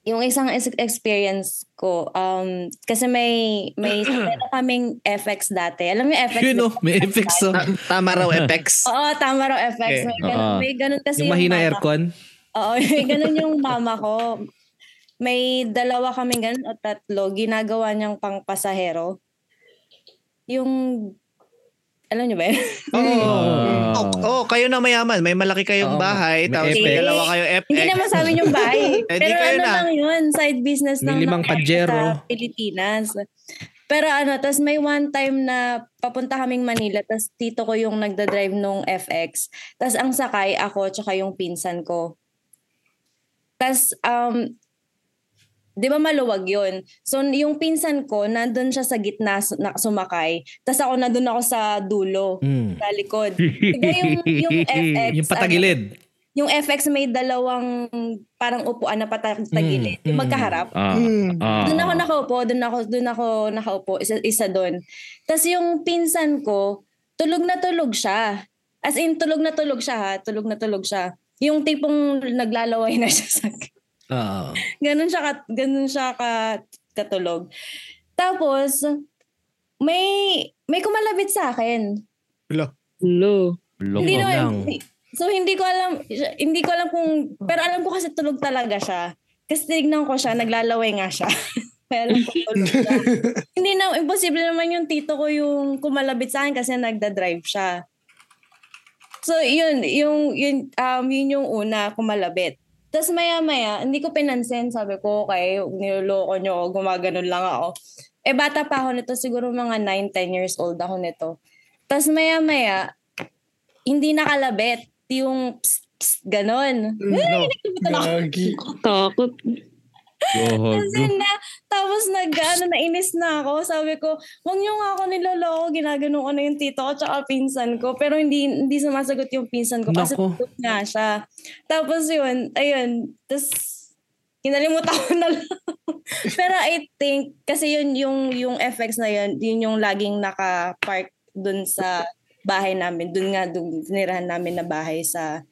[SPEAKER 6] yung isang ex- experience ko um kasi may may meron kaming FX dati. Alam mo yung FX?
[SPEAKER 1] Yun oh, may effects oh.
[SPEAKER 5] Ta- tama raw effects.
[SPEAKER 6] Oo, tama raw FX.
[SPEAKER 5] Okay.
[SPEAKER 6] May ganun,
[SPEAKER 2] Oo.
[SPEAKER 6] may ganun kasi
[SPEAKER 1] Eh, Yung mahina
[SPEAKER 6] mama-
[SPEAKER 1] aircon.
[SPEAKER 6] Oo, may ganun yung mama ko. May dalawa kaming ganun o tatlo. Ginagawa niyang pangpasahero. Yung, alam niyo ba yun?
[SPEAKER 5] Oo.
[SPEAKER 2] Ah.
[SPEAKER 5] Oh, oh, kayo na mayaman. May malaki kayong
[SPEAKER 1] Oo, may
[SPEAKER 5] bahay. Tapos may
[SPEAKER 6] effects.
[SPEAKER 5] dalawa kayo
[SPEAKER 6] Hindi
[SPEAKER 5] FX.
[SPEAKER 6] naman sa amin yung bahay.
[SPEAKER 5] Eh, di
[SPEAKER 6] Pero
[SPEAKER 5] kayo
[SPEAKER 6] ano
[SPEAKER 5] na.
[SPEAKER 6] lang yun, side business lang
[SPEAKER 1] May limang
[SPEAKER 6] ng-
[SPEAKER 1] pajero.
[SPEAKER 6] sa Pilipinas. Pero ano, tas may one time na papunta kaming Manila, tas tito ko yung nagda-drive nung FX. Tas ang sakay ako, tsaka yung pinsan ko. Tas, um, di ba maluwag yun? So, yung pinsan ko, nandun siya sa gitna su- na sumakay. Tas ako, nandun ako sa dulo,
[SPEAKER 1] Mm.
[SPEAKER 6] sa likod. Diba yung, yung FX?
[SPEAKER 1] Yung
[SPEAKER 6] ano,
[SPEAKER 1] patagilid.
[SPEAKER 6] yung FX may dalawang parang upuan na patagilid,
[SPEAKER 1] Mm,
[SPEAKER 6] yung
[SPEAKER 1] mm.
[SPEAKER 6] magkaharap.
[SPEAKER 2] Ah.
[SPEAKER 4] Mm.
[SPEAKER 2] Ah.
[SPEAKER 6] Doon ako nakaupo, doon ako, doon ako nakaupo, isa, isa doon. Tapos yung pinsan ko, tulog na tulog siya. As in, tulog na tulog siya ha, tulog na tulog siya. Yung tipong naglalaway na siya sa
[SPEAKER 1] Oo.
[SPEAKER 6] Ganun siya, ka, ganun siya ka, katulog. Tapos, may, may kumalabit sa akin.
[SPEAKER 7] Hello.
[SPEAKER 2] Loko.
[SPEAKER 6] Hindi
[SPEAKER 1] Ikaw
[SPEAKER 6] naman.
[SPEAKER 1] lang.
[SPEAKER 6] So hindi ko alam hindi ko alam kung pero alam ko kasi tulog talaga siya. Kasi tinignan ko siya, naglalaway nga siya. Kaya alam ko tulog siya. Hindi na, imposible naman yung tito ko yung kumalabit sa akin kasi nagda-drive siya. So, yun, yung, yun, um, yun yung una, kumalabit. Tapos maya-maya, hindi ko pinansin. Sabi ko, okay, niloloko nyo ako, gumaganon lang ako. Eh, bata pa ako nito. Siguro mga 9, 10 years old ako nito. Tapos maya-maya, hindi nakalabit. Yung psst, psst, ganon.
[SPEAKER 4] Hmm, No.
[SPEAKER 6] Ano?
[SPEAKER 4] Gagi.
[SPEAKER 7] Takot.
[SPEAKER 2] Gohog.
[SPEAKER 6] Kasi na, tapos nag, ano, nainis na ako. Sabi ko, wag niyo nga ako niloloko, ginagano ko na yung tito ko tsaka pinsan ko. Pero hindi, hindi sumasagot yung pinsan ko kasi
[SPEAKER 1] Nako.
[SPEAKER 6] tulog nga siya. Tapos yun, ayun, tapos kinalimutan ko na lang. Pero I think, kasi yun yung, yung FX na yun, yun yung laging naka-park dun sa bahay namin. Dun nga, dun tinirahan namin na bahay sa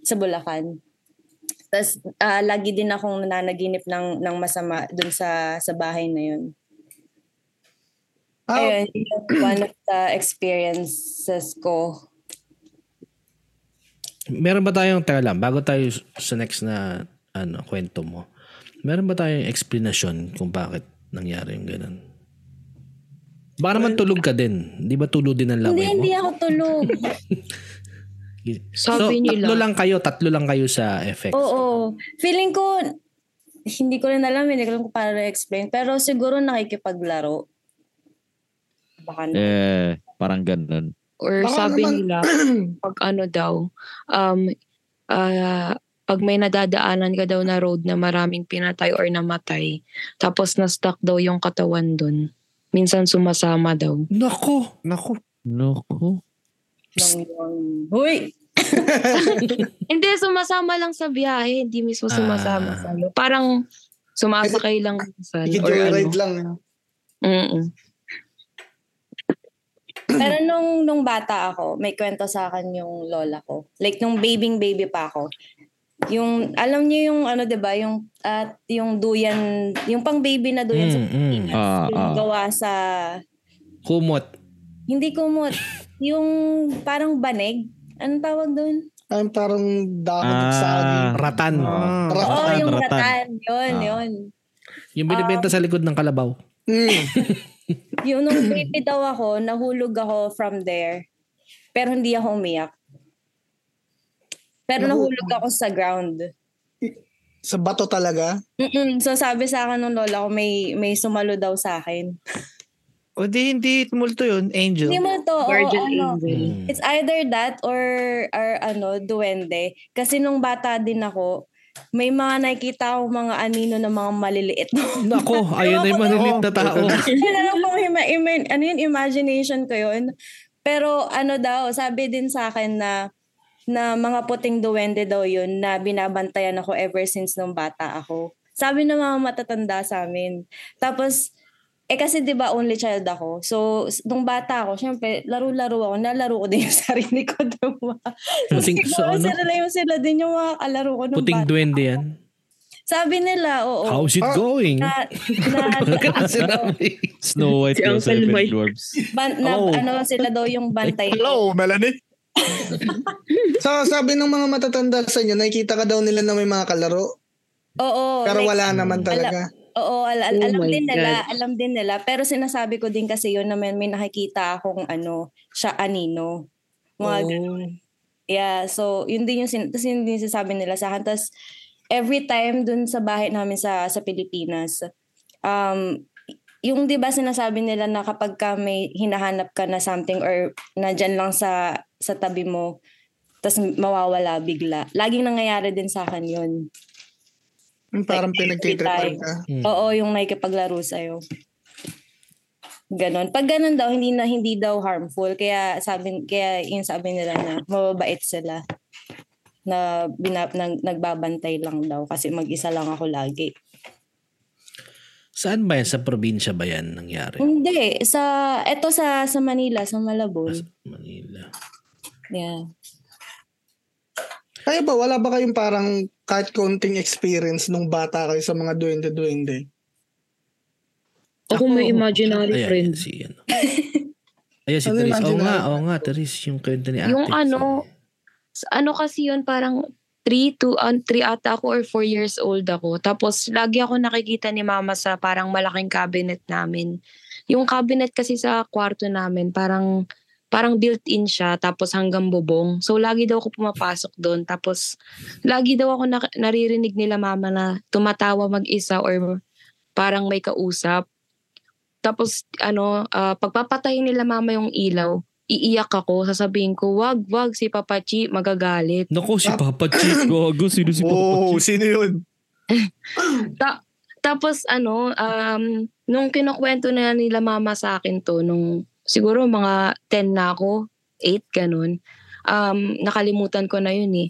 [SPEAKER 6] sa Bulacan. Tapos ah, lagi din akong nananaginip ng ng masama dun sa sa bahay na yun.
[SPEAKER 4] Ah,
[SPEAKER 2] Ah,
[SPEAKER 6] Ayun, yun yung one of the experiences ko.
[SPEAKER 1] Meron ba tayong, teka lang, bago tayo sa next na ano, kwento mo, meron ba tayong explanation kung bakit nangyari yung ganun? Baka naman tulog ka din. Di ba tulog din ang laway
[SPEAKER 6] Hindi,
[SPEAKER 1] mo?
[SPEAKER 6] hindi ako tulog.
[SPEAKER 1] So,
[SPEAKER 7] Sabi nila.
[SPEAKER 1] tatlo lang kayo, tatlo lang kayo sa FX.
[SPEAKER 6] Oo. Feeling ko, hindi ko rin alam, hindi ko alam kung paano explain. Pero siguro nakikipaglaro. Baka na.
[SPEAKER 2] Eh, parang ganun.
[SPEAKER 7] Or
[SPEAKER 4] Baka
[SPEAKER 7] sabi
[SPEAKER 4] naman-
[SPEAKER 7] nila, pag ano daw, um, ah, pag may nadadaanan ka daw na road na maraming pinatay or namatay, tapos na-stuck daw yung katawan dun. Minsan sumasama daw.
[SPEAKER 1] Nako!
[SPEAKER 5] Naku.
[SPEAKER 2] Nako.
[SPEAKER 6] Lang yun. Hoy!
[SPEAKER 7] Hindi, sumasama lang sa biyahe. Hindi mismo
[SPEAKER 1] Ah.
[SPEAKER 7] sumasama sa sa'yo. Parang sumasakay lang minsan. Or
[SPEAKER 4] Ikijoyride
[SPEAKER 7] ano.
[SPEAKER 4] lang.
[SPEAKER 7] Mm-mm.
[SPEAKER 6] Pero nung, nung bata ako, may kwento sa akin yung lola ko. Like nung babying baby pa ako. Yung, alam niyo yung ano, 'di ba yung, at yung duyan, yung pang baby na duyan sa
[SPEAKER 1] Mm, mm.
[SPEAKER 2] Ah,
[SPEAKER 6] yung
[SPEAKER 2] ah.
[SPEAKER 6] gawa sa,
[SPEAKER 1] Kumot.
[SPEAKER 6] hindi kumot, yung parang banig. Anong tawag doon?
[SPEAKER 4] Ang parang dakot
[SPEAKER 2] Ah.
[SPEAKER 4] sa
[SPEAKER 1] Ratan.
[SPEAKER 5] Ah.
[SPEAKER 6] Oo,
[SPEAKER 4] Ratan,
[SPEAKER 6] oh, yung
[SPEAKER 2] ratan.
[SPEAKER 6] ratan. Yun,
[SPEAKER 2] Ah.
[SPEAKER 6] yun.
[SPEAKER 1] Yung binibenta
[SPEAKER 6] Ah.
[SPEAKER 1] sa likod ng kalabaw.
[SPEAKER 4] Mm.
[SPEAKER 6] Yung nung baby daw ako, nahulog ako from there. Pero hindi ako umiyak. Pero
[SPEAKER 4] Nahulog.
[SPEAKER 6] nahulog ako sa ground.
[SPEAKER 4] Sa bato talaga.
[SPEAKER 6] Mm-mm. So sabi sa akin ng lola ko may may sumalo daw sa akin.
[SPEAKER 5] O di, hindi tumulto yun,
[SPEAKER 6] Hindi
[SPEAKER 5] angel.
[SPEAKER 6] mo to. oo,
[SPEAKER 7] Guardian
[SPEAKER 6] ano.
[SPEAKER 7] angel.
[SPEAKER 1] Mm.
[SPEAKER 6] It's either that or or ano, duwende. Kasi nung bata din ako, may mga nakikita akong mga anino na mga maliliit.
[SPEAKER 1] Nako, ayun na yung manilit na tao.
[SPEAKER 6] Alam ko may ma- ima- ano yun, imagination ko yun. Pero ano daw, sabi din sa akin na na mga puting duwende daw yun na binabantayan ako ever since nung bata ako. Sabi ng mga matatanda sa amin. Tapos, eh kasi 'di ba only child ako. So s- nung bata ako, syempre laro-laro ako, nalaro ko din yung sarili ko, 'di ba? So,
[SPEAKER 1] Puting- so
[SPEAKER 6] siguro
[SPEAKER 1] ano?
[SPEAKER 6] sila yung sila din yung mga kalaro ko nung
[SPEAKER 1] Puting
[SPEAKER 6] bata.
[SPEAKER 1] duwende yan.
[SPEAKER 6] Sabi nila, oo.
[SPEAKER 1] How's it going?
[SPEAKER 6] na, na,
[SPEAKER 1] Sinabi.
[SPEAKER 2] Snow White
[SPEAKER 7] Si
[SPEAKER 2] daw sa
[SPEAKER 7] Uncle
[SPEAKER 2] Seven
[SPEAKER 7] Mike.
[SPEAKER 2] Dwarfs.
[SPEAKER 6] ban, na
[SPEAKER 1] Oh.
[SPEAKER 6] ano sila daw yung bantay.
[SPEAKER 5] Melanie.
[SPEAKER 4] Sa sabi ng mga matatanda sa inyo, nakikita ka daw nila na may mga kalaro.
[SPEAKER 6] Oo.
[SPEAKER 4] Pero
[SPEAKER 6] Oh, like,
[SPEAKER 4] wala naman talaga.
[SPEAKER 6] Oo, al- al-
[SPEAKER 7] Oh
[SPEAKER 6] alam
[SPEAKER 7] my
[SPEAKER 6] din nila,
[SPEAKER 7] God.
[SPEAKER 6] alam din nila. Pero sinasabi ko din kasi yun na may, may nakikita akong ano, siya anino. Mga
[SPEAKER 4] Oh.
[SPEAKER 6] ganun. Yeah, so yun din yung, sin- tas yun din yung sinasabi nila sa akin. Tapos every time dun sa bahay namin sa, sa Pilipinas, um, yung 'di ba sinasabi nila na kapag ka may hinahanap ka na something or nandyan lang sa sa tabi mo tapos mawawala bigla. Laging nangyayari din sa akin 'yun.
[SPEAKER 4] Yung Hmm, Parang pinagtitripan ka.
[SPEAKER 6] Oo, yung nakikipaglaro sa'yo. Ganon. Pag ganon daw, hindi na hindi daw harmful. Kaya sabi, kaya yun sabi nila na mababait sila. Na binab, nag, nagbabantay lang daw kasi mag-isa lang ako lagi.
[SPEAKER 1] Saan ba yan? Sa probinsya ba yan nangyari?
[SPEAKER 6] Hindi. Sa, eto sa, sa Manila, sa Malabon.
[SPEAKER 1] Sa Manila.
[SPEAKER 6] Yeah.
[SPEAKER 4] Kaya ba, wala ba kayong parang kahit konting experience nung bata kayo sa mga duwende-duwende?
[SPEAKER 7] Ako may imaginary
[SPEAKER 1] Ayan,
[SPEAKER 7] friend.
[SPEAKER 1] ayan, si ano. Ayan si
[SPEAKER 4] Ano
[SPEAKER 1] Therese. Oo
[SPEAKER 4] imaginary?
[SPEAKER 1] nga, oo nga, Therese, yung kwento ni ate.
[SPEAKER 7] Yung ano, Sa- ano kasi yun, parang three, two, um, three ata ako or four years old ako. Tapos, lagi ako nakikita ni mama sa parang malaking cabinet namin. Yung cabinet kasi sa kwarto namin, parang parang built-in siya, tapos hanggang bubong. So, lagi daw ako pumapasok doon. Tapos, lagi daw ako na- naririnig nila mama na tumatawa mag-isa or parang may kausap. Tapos, ano, ah, pagpapatay nila mama yung ilaw, iiyak ako, sasabihin ko, wag, wag, si Papa Chi magagalit.
[SPEAKER 2] Nako, si Papa Chief. Gago, sino si Papa
[SPEAKER 5] Oh,
[SPEAKER 2] Chief?
[SPEAKER 5] sino yun?
[SPEAKER 7] Tapos ano, um, nung kinukwento na nila mama sa akin to, nung siguro mga 10 na ako, 8, ganun, um, nakalimutan ko na yun eh.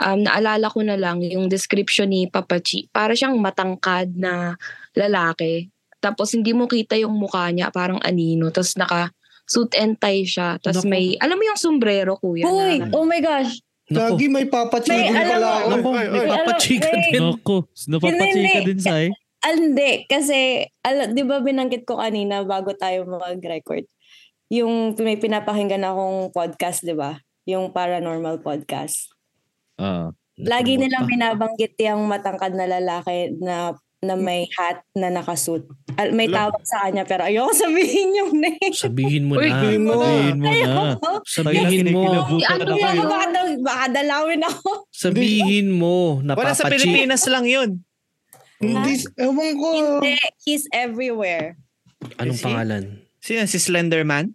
[SPEAKER 7] Um, naalala ko na lang yung description ni Papa Chi. Para siyang matangkad na lalaki. Tapos hindi mo kita yung mukha niya, parang anino. Tapos naka suit and tie siya. Tapos
[SPEAKER 1] Naku.
[SPEAKER 7] may, alam mo yung sombrero kuya? na-
[SPEAKER 6] Uy, oh my gosh.
[SPEAKER 1] Nako,
[SPEAKER 4] Lagi may papatulog
[SPEAKER 6] May alam
[SPEAKER 4] pala
[SPEAKER 6] mo- oh.
[SPEAKER 4] ako.
[SPEAKER 1] nako,
[SPEAKER 5] Ay, ay,
[SPEAKER 1] may
[SPEAKER 6] ay.
[SPEAKER 1] papachika
[SPEAKER 6] Alam,
[SPEAKER 1] din.
[SPEAKER 2] Nako, napapachika
[SPEAKER 6] Hindi.
[SPEAKER 2] din sa eh.
[SPEAKER 6] Al, Ah, hindi. Kasi, al, di ba binanggit ko kanina bago tayo mag-record? Yung may pinapakinggan akong podcast, di ba? Yung paranormal podcast.
[SPEAKER 2] Ah,
[SPEAKER 6] Lagi
[SPEAKER 1] Nakamot
[SPEAKER 6] nilang
[SPEAKER 1] pa.
[SPEAKER 6] binabanggit yung matangkad na lalaki na na may hat na nakasuit. Al- May
[SPEAKER 5] Ala.
[SPEAKER 6] tawag sa kanya pero ayoko sabihin yung name.
[SPEAKER 1] Sabihin mo na.
[SPEAKER 7] Uy,
[SPEAKER 4] sabihin mo na.
[SPEAKER 2] sabihin mo na.
[SPEAKER 6] Ayoko.
[SPEAKER 1] Sabihin mo.
[SPEAKER 2] Kinikilabutan
[SPEAKER 7] Ano
[SPEAKER 2] ako
[SPEAKER 7] yan?
[SPEAKER 6] Ayoko,
[SPEAKER 2] eh.
[SPEAKER 6] baka, daw- baka dalawin ako.
[SPEAKER 1] Sabihin mo.
[SPEAKER 5] Wala sa
[SPEAKER 1] Napapachi.
[SPEAKER 5] Pilipinas lang yun.
[SPEAKER 4] Hindi, ewan ko.
[SPEAKER 6] Ah. Hindi, he's everywhere.
[SPEAKER 1] Anong
[SPEAKER 5] Is he?
[SPEAKER 1] pangalan?
[SPEAKER 5] Sino si Slenderman?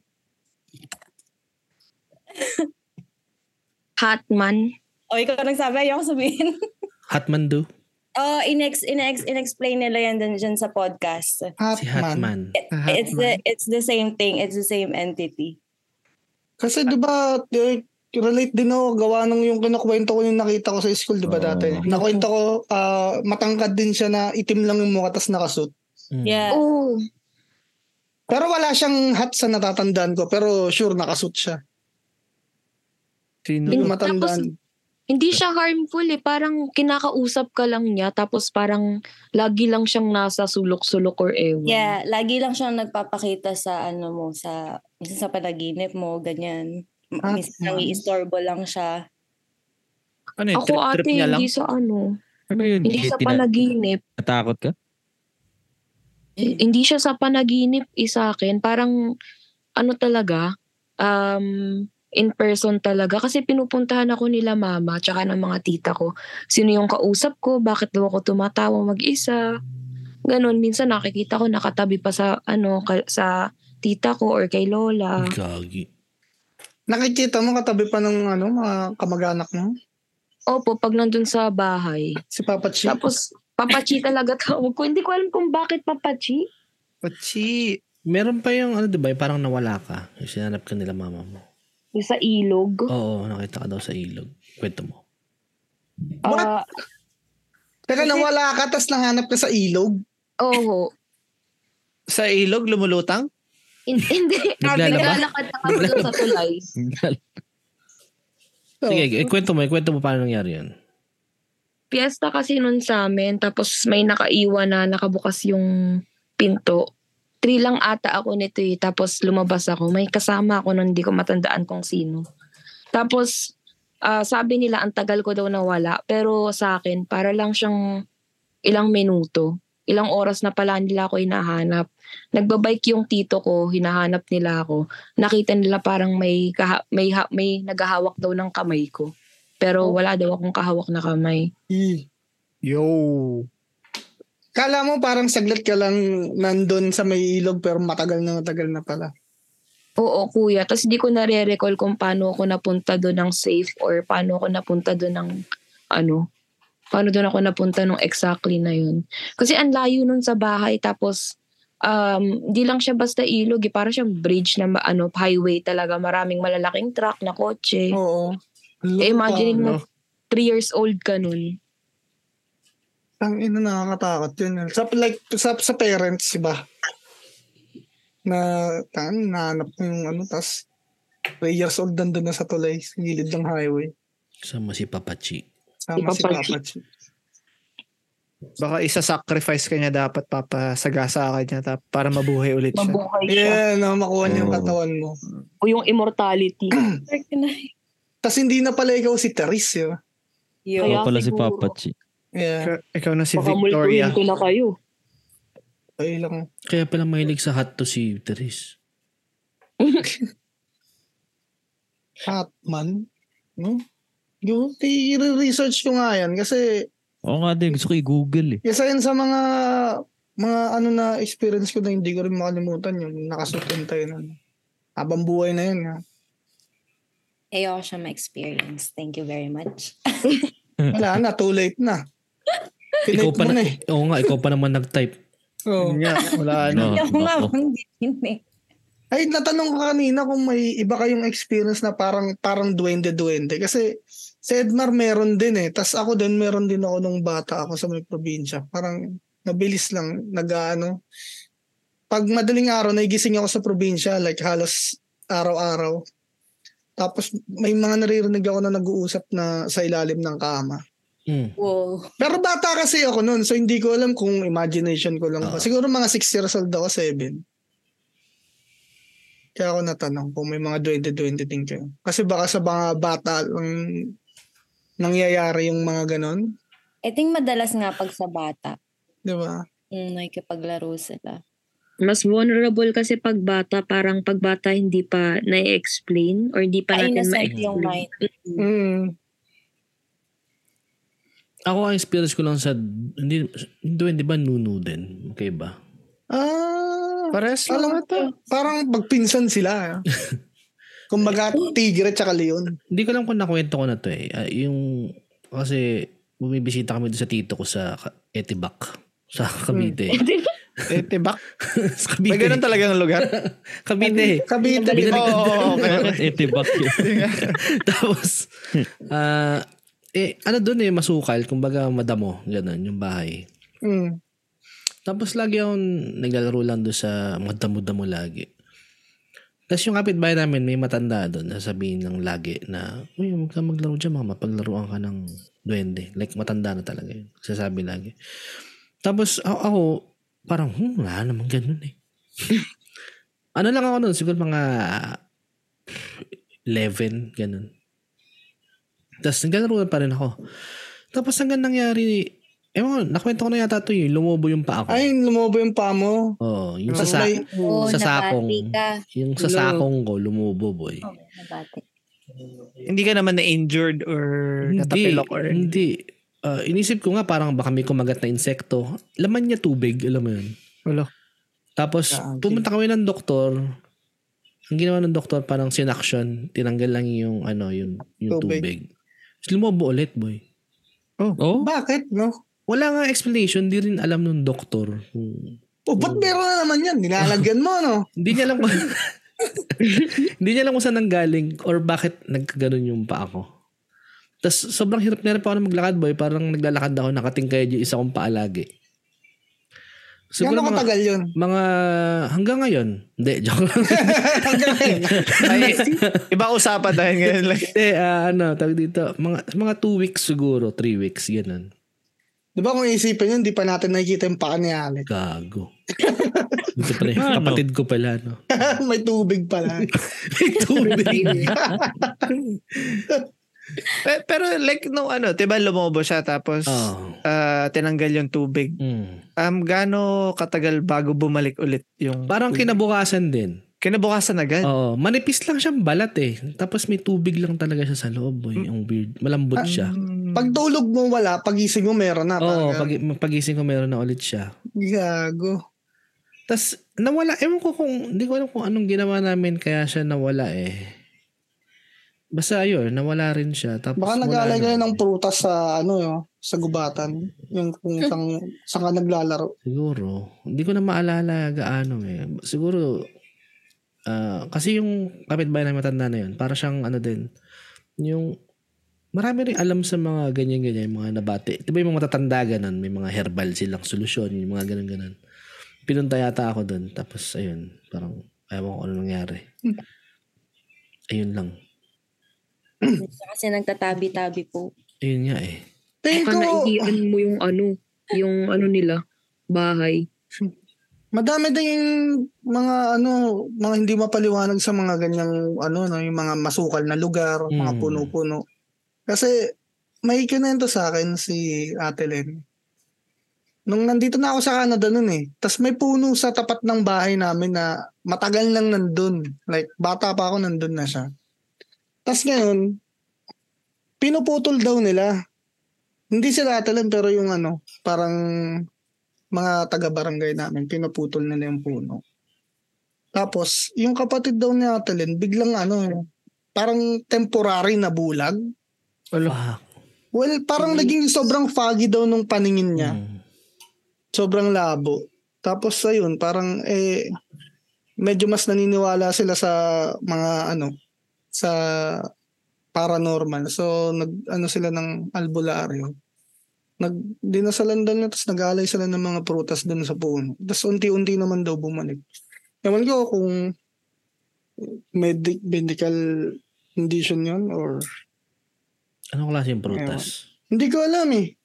[SPEAKER 7] Hatman.
[SPEAKER 6] O ikaw nagsabi, ayoko sabihin.
[SPEAKER 1] Hatman do?
[SPEAKER 6] Oh, inex inex inexplain nila yan din dyan sa podcast.
[SPEAKER 1] Si
[SPEAKER 4] Hatman.
[SPEAKER 1] Hatman.
[SPEAKER 6] It's the it's the same thing, it's the same entity.
[SPEAKER 4] Kasi di ba eh, relate din ako gawa nung yung kinakwento ko yung nakita ko sa school, di
[SPEAKER 2] Oo.
[SPEAKER 4] ba dati? Nakwento ko, ah, matangkad din siya na itim lang yung mukha tas nakasuit.
[SPEAKER 1] Mm.
[SPEAKER 6] Yeah.
[SPEAKER 7] Oh,
[SPEAKER 4] Pero wala siyang hat sa natatandaan ko, pero sure nakasuit siya.
[SPEAKER 5] Sino?
[SPEAKER 4] Hindi ko
[SPEAKER 7] Tapos-
[SPEAKER 4] matandaan.
[SPEAKER 7] Hindi siya harmful eh. Parang kinakausap ka lang niya tapos parang lagi lang siyang nasa sulok-sulok or ewan.
[SPEAKER 6] Yeah, lagi lang siyang nagpapakita sa ano mo sa sa panaginip mo, ganyan.
[SPEAKER 4] Ah,
[SPEAKER 6] Minsan nang
[SPEAKER 4] ah.
[SPEAKER 6] iistorbo lang siya.
[SPEAKER 5] Ano yun?
[SPEAKER 7] Ako
[SPEAKER 5] Trip-trip
[SPEAKER 7] ate,
[SPEAKER 5] niya lang?
[SPEAKER 7] hindi sa ano.
[SPEAKER 2] Ano yun?
[SPEAKER 7] Hindi sa panaginip.
[SPEAKER 2] Natakot ka?
[SPEAKER 7] Eh, Hindi siya sa panaginip isa akin. Parang ano talaga, um, in person talaga. Kasi pinupuntahan ako nila mama tsaka ng mga tita ko. Sino yung kausap ko? Bakit daw ako tumatawa mag-isa? Ganon. Minsan nakikita ko nakatabi pa sa ano ka- sa tita ko or kay lola.
[SPEAKER 1] Gagi.
[SPEAKER 4] Nakikita mo katabi pa ng ano, mga kamag-anak mo?
[SPEAKER 7] Opo, pag nandun sa bahay.
[SPEAKER 4] Si Papa Chi.
[SPEAKER 7] Tapos, papachi talaga tawag ko. Hindi ko alam kung bakit papachi.
[SPEAKER 5] Pachi.
[SPEAKER 1] Meron pa yung ano, di ba? yung Parang nawala ka. Yung sinanap ka nila mama mo.
[SPEAKER 7] Yung sa ilog.
[SPEAKER 1] Oo, nakita ka daw sa ilog. Kwento mo.
[SPEAKER 7] Ah,
[SPEAKER 4] Teka, nawala ka, tas nahanap ka sa ilog.
[SPEAKER 7] oo.
[SPEAKER 5] Sa ilog, lumulutang?
[SPEAKER 7] Hin- Hindi.
[SPEAKER 1] Naglalaba?
[SPEAKER 7] Naglalakad na kami doon sa tulay.
[SPEAKER 4] So,
[SPEAKER 1] Sige, eh, kwento mo. eh, Kwento mo paano nangyari yun.
[SPEAKER 7] Piesta kasi nun sa amin. Tapos may nakaiwan na nakabukas yung pinto. Three lang ata ako nito eh. Tapos lumabas ako. May kasama ako nun. Hindi ko matandaan kung sino. Tapos ah, sabi nila ang tagal ko daw nawala. Pero sa akin, para lang siyang ilang minuto. Ilang oras na pala nila ako hinahanap. Nagbabike yung tito ko, hinahanap nila ako. Nakita nila parang may, kaha- may, ha- may nagahawak daw ng kamay ko. Pero wala daw akong kahawak na kamay.
[SPEAKER 4] i-
[SPEAKER 5] Yo.
[SPEAKER 4] Kala mo parang saglit ka lang nandun sa may ilog pero matagal na matagal na pala.
[SPEAKER 7] Oo, kuya. Tapos hindi ko nare-recall kung paano ako napunta doon ng safe or paano ako napunta doon ng ano. Paano doon ako napunta nung exactly na yun. Kasi ang layo nun sa bahay. Tapos, um, di lang siya basta ilog. Eh. Para siyang bridge na ma- ano, highway talaga. Maraming malalaking truck na kotse.
[SPEAKER 4] Oo.
[SPEAKER 7] eh, imagine
[SPEAKER 5] ano?
[SPEAKER 7] mo, three years old ka nun.
[SPEAKER 4] Ang ina nakakatakot yun. Sa, like, sa, sa parents, diba? Na, tan, nahanap ko yung ano, tas 3 years old nandun na sa tulay, sa gilid ng highway.
[SPEAKER 1] Sama si Papachi.
[SPEAKER 4] Sama
[SPEAKER 7] Si
[SPEAKER 4] si
[SPEAKER 7] Papa Chi.
[SPEAKER 4] Papa Chi.
[SPEAKER 5] Baka isa-sacrifice ka niya dapat, papasagasa ka niya tap, para mabuhay ulit siya.
[SPEAKER 7] Mabuhay siya.
[SPEAKER 4] Yeah, na makuha niya yung
[SPEAKER 2] Oo.
[SPEAKER 4] katawan mo.
[SPEAKER 7] O yung immortality.
[SPEAKER 6] Recognize.
[SPEAKER 4] Tas hindi na pala ikaw si Therese, yun.
[SPEAKER 6] Yun.
[SPEAKER 2] Ako
[SPEAKER 7] Kaya
[SPEAKER 2] pala si
[SPEAKER 7] siguro.
[SPEAKER 2] Papa Chi.
[SPEAKER 4] Yeah,
[SPEAKER 5] Ikaw, ikaw na si
[SPEAKER 7] Baka
[SPEAKER 5] Victoria.
[SPEAKER 7] multuhin ko na kayo.
[SPEAKER 4] ay lang.
[SPEAKER 1] Kaya pala mahilig sa hot to si Therese.
[SPEAKER 4] Hotman. No? Yung, i-research ko nga yan kasi
[SPEAKER 2] Oo nga din, gusto ko i-google eh.
[SPEAKER 4] isa yan sa mga mga ano na experience ko na hindi ko rin makalimutan yung nakasutin tayo na habang buhay na yun. Ha?
[SPEAKER 6] Ayoko siya ma-experience. Thank you very much.
[SPEAKER 4] Wala na, too late na.
[SPEAKER 1] ikaw
[SPEAKER 4] Pinake
[SPEAKER 1] pa
[SPEAKER 4] mo
[SPEAKER 1] na,
[SPEAKER 4] na eh.
[SPEAKER 1] oo nga, ikaw pa naman nag-type.
[SPEAKER 4] Oo.
[SPEAKER 5] Yun nga, wala na.
[SPEAKER 2] No,
[SPEAKER 6] Ayoko nga
[SPEAKER 2] nako.
[SPEAKER 6] bang din eh.
[SPEAKER 4] Ay, natanong ko kanina kung may iba kayong experience na parang parang duwende-duwende. Kasi sa Edmar meron din eh. Tapos ako din, meron din ako nung bata ako sa may probinsya. Parang nabilis lang, nag-ano. Pag madaling araw, nagigising ako sa probinsya, like halos araw-araw. Tapos may mga naririnig ako na nag-uusap na sa ilalim ng kama.
[SPEAKER 1] Mm.
[SPEAKER 6] Wow.
[SPEAKER 4] Pero bata kasi ako noon, so hindi ko alam kung imagination ko lang. ba.
[SPEAKER 1] Oo.
[SPEAKER 4] Siguro mga 6 years old ako, 7. Kaya ako natanong kung may mga 20-20 din kayo. Kasi baka sa mga bata lang nangyayari yung mga ganon.
[SPEAKER 6] I think madalas nga pag sa bata,
[SPEAKER 4] Di ba?
[SPEAKER 6] yung nakikipaglaro sila.
[SPEAKER 8] Mas vulnerable kasi pagbata, parang pagbata hindi pa na-explain or hindi pa natin
[SPEAKER 6] Pa-innocent
[SPEAKER 8] ma-explain.
[SPEAKER 7] eh.
[SPEAKER 6] yung mind.
[SPEAKER 4] Mm.
[SPEAKER 1] Ako ang experience ko lang sa, hindi, hindi, hindi ba nunu din? Okay ba?
[SPEAKER 4] Ah,
[SPEAKER 5] Pares lang
[SPEAKER 4] alam
[SPEAKER 5] ata.
[SPEAKER 4] parang pagpinsan sila. ah. Kumbaga tigre tsaka leon.
[SPEAKER 1] Hindi ko alam kung nakwento ko na to eh. Ah, yung, kasi bumibisita kami doon sa tito ko sa Ka- Etibac. Sa Cavite.
[SPEAKER 5] Eh, tibak.
[SPEAKER 1] sa
[SPEAKER 5] May ganun
[SPEAKER 1] Cavite.
[SPEAKER 5] talagang lugar.
[SPEAKER 1] Cavite.
[SPEAKER 4] Kabite.
[SPEAKER 1] Binalik-
[SPEAKER 5] Oo, oo, okay.
[SPEAKER 2] Bakit itibak yun?
[SPEAKER 1] Tapos, ah, eh, ano doon eh, masukal. Kumbaga, madamo. Ganun, yung bahay.
[SPEAKER 4] Mm.
[SPEAKER 1] Tapos lagi akong naglalaro lang doon sa madamo-damo lagi. Tapos yung kapitbahay namin, may matanda doon. Sasabihin ng lagi na, Uy, huwag ka maglaro dyan, mama. Paglaruan ka ng duwende. Like, matanda na talaga yun. Sasabi lagi. Tapos a- ako, parang, hmm, wala naman ganun eh. ano lang ako noon, siguro mga 11, ganun. Tapos naglalaro pa rin ako. Tapos hanggang nangyari, ewan ko, nakwento ko na yata ito eh, lumobo yung paa ko.
[SPEAKER 4] Ay, lumobo yung pa mo.
[SPEAKER 1] Oo, yung sa,
[SPEAKER 4] Tapos
[SPEAKER 1] sa
[SPEAKER 4] may-
[SPEAKER 6] Oo,
[SPEAKER 1] Sa sakong.
[SPEAKER 6] nabati ka.
[SPEAKER 1] yung sa
[SPEAKER 4] Hello.
[SPEAKER 1] sakong ko lumubo boy.
[SPEAKER 6] Oo, nabati.
[SPEAKER 5] Hindi ka naman na-injured or
[SPEAKER 1] hindi,
[SPEAKER 5] natapilok or...
[SPEAKER 1] hindi. Ah, inisip ko nga parang baka may kumagat na insekto. Laman niya tubig, alam mo yun.
[SPEAKER 5] Wala.
[SPEAKER 1] Tapos
[SPEAKER 4] Grabe.
[SPEAKER 5] Ah,
[SPEAKER 1] pumunta kami ng doktor. Ang ginawa ng doktor parang sinaction, tinanggal lang yung ano, yung, yung
[SPEAKER 4] Tubig.
[SPEAKER 1] tubig. Tapos lumobo ulit boy.
[SPEAKER 2] Oh?
[SPEAKER 4] Bakit, no?
[SPEAKER 1] Wala nga explanation, di rin alam nung doktor. kung-
[SPEAKER 4] O, Oh, ba't meron na naman yan? Nilalagyan mo, no?
[SPEAKER 1] Hindi niya alam kung Hindi niya alam kung saan nanggaling or bakit nagkaganon yung paa ko. Tapos sobrang hirap na rin pa ako na maglakad boy. Parang naglalakad ako, nakatingkay yung isa kong paa lagi. Siguro
[SPEAKER 4] Gano'ng
[SPEAKER 1] mga,
[SPEAKER 4] katagal yun?
[SPEAKER 1] mga hanggang ngayon. Hindi, joke lang.
[SPEAKER 5] Ay, iba usapan dahil ngayon. Like,
[SPEAKER 1] Hindi, ah, ano, tawag dito. Mga, mga two weeks siguro, three weeks, ganun.
[SPEAKER 4] Di ba kung isipin yun, di pa natin nakikita yung paa ni Alec.
[SPEAKER 1] Gago. Ito pala, yung
[SPEAKER 2] Ano?
[SPEAKER 1] kapatid ko pala, no?
[SPEAKER 4] May tubig pala.
[SPEAKER 1] Hmm. May tubig.
[SPEAKER 5] pe- pero like, no, ano, diba lumobo siya tapos
[SPEAKER 1] Oh.
[SPEAKER 5] ah, tinanggal yung tubig.
[SPEAKER 1] Mm.
[SPEAKER 5] Um, gaano katagal bago bumalik ulit yung...
[SPEAKER 1] Parang
[SPEAKER 5] tubig?
[SPEAKER 1] kinabukasan din.
[SPEAKER 5] Kinabukasan agad.
[SPEAKER 1] Oo, manipis lang siyang balat eh. Tapos may tubig lang talaga siya sa loob.
[SPEAKER 4] Mm.
[SPEAKER 1] Boy. Ang weird. Malambot
[SPEAKER 4] Ah,
[SPEAKER 1] siya.
[SPEAKER 4] pag tulog mo wala, pagising mo meron na.
[SPEAKER 1] Oo,
[SPEAKER 4] Parang
[SPEAKER 1] pag, pagising ko meron na ulit siya.
[SPEAKER 4] Gago.
[SPEAKER 1] Tapos nawala, ewan ko kung, hindi ko alam kung anong ginawa namin kaya siya nawala eh. Basta yun, nawala rin siya. Tapos
[SPEAKER 4] Baka
[SPEAKER 1] wala
[SPEAKER 4] nag-aalay ka
[SPEAKER 1] na.
[SPEAKER 4] ng prutas sa ano yun, sa gubatan. Yung
[SPEAKER 1] Eh.
[SPEAKER 4] kung sang, saan ka naglalaro.
[SPEAKER 1] Siguro. Hindi ko na maalala gaano eh. Siguro, ah, kasi yung kapitbahay na matanda na yun, para siyang ano din, yung marami rin alam sa mga ganyan-ganyan, yung mga nabati. Di ba yung mga matatanda ganun, may mga herbal silang solusyon, yung mga ganun-ganun. Pinunta yata ako doon, tapos ayun, parang ayaw ko ano nangyari. Ayun lang.
[SPEAKER 6] Siya kasi nagtatabi-tabi po.
[SPEAKER 1] Ayun nga eh.
[SPEAKER 4] Tingin
[SPEAKER 8] Baka
[SPEAKER 4] ko,
[SPEAKER 8] naihian mo yung ano, yung ano nila, bahay.
[SPEAKER 4] madami din yung mga ano, mga hindi mapaliwanag sa mga ganyang ano, no, yung mga masukal na lugar, mga
[SPEAKER 1] Mm.
[SPEAKER 4] puno-puno. Kasi may kinento sa akin si Ate Len. Nung nandito na ako sa Canada nun eh. Tapos may puno sa tapat ng bahay namin na matagal nang nandun. Like, bata pa ako nandun na siya. Tapos ngayon, pinuputol daw nila. Hindi sila Ate Len, pero yung ano, parang mga taga-barangay namin, pinuputol nila yung puno. Tapos, yung kapatid daw ni Ate Len, biglang ano, parang temporary na bulag.
[SPEAKER 1] Wala.
[SPEAKER 4] Well, parang naging sobrang foggy daw nung paningin niya.
[SPEAKER 1] Mm.
[SPEAKER 4] Sobrang labo. Tapos ayun, parang eh medyo mas naniniwala sila sa mga ano sa paranormal. So nag ano sila ng albularyo. Nag dinasalan daw na tapos nag-alay sila ng mga prutas doon sa puno. Tapos unti-unti naman daw bumalik. Ewan ko kung medic medical condition yon or
[SPEAKER 1] Anong klaseng prutas?
[SPEAKER 4] hindi ko alam eh.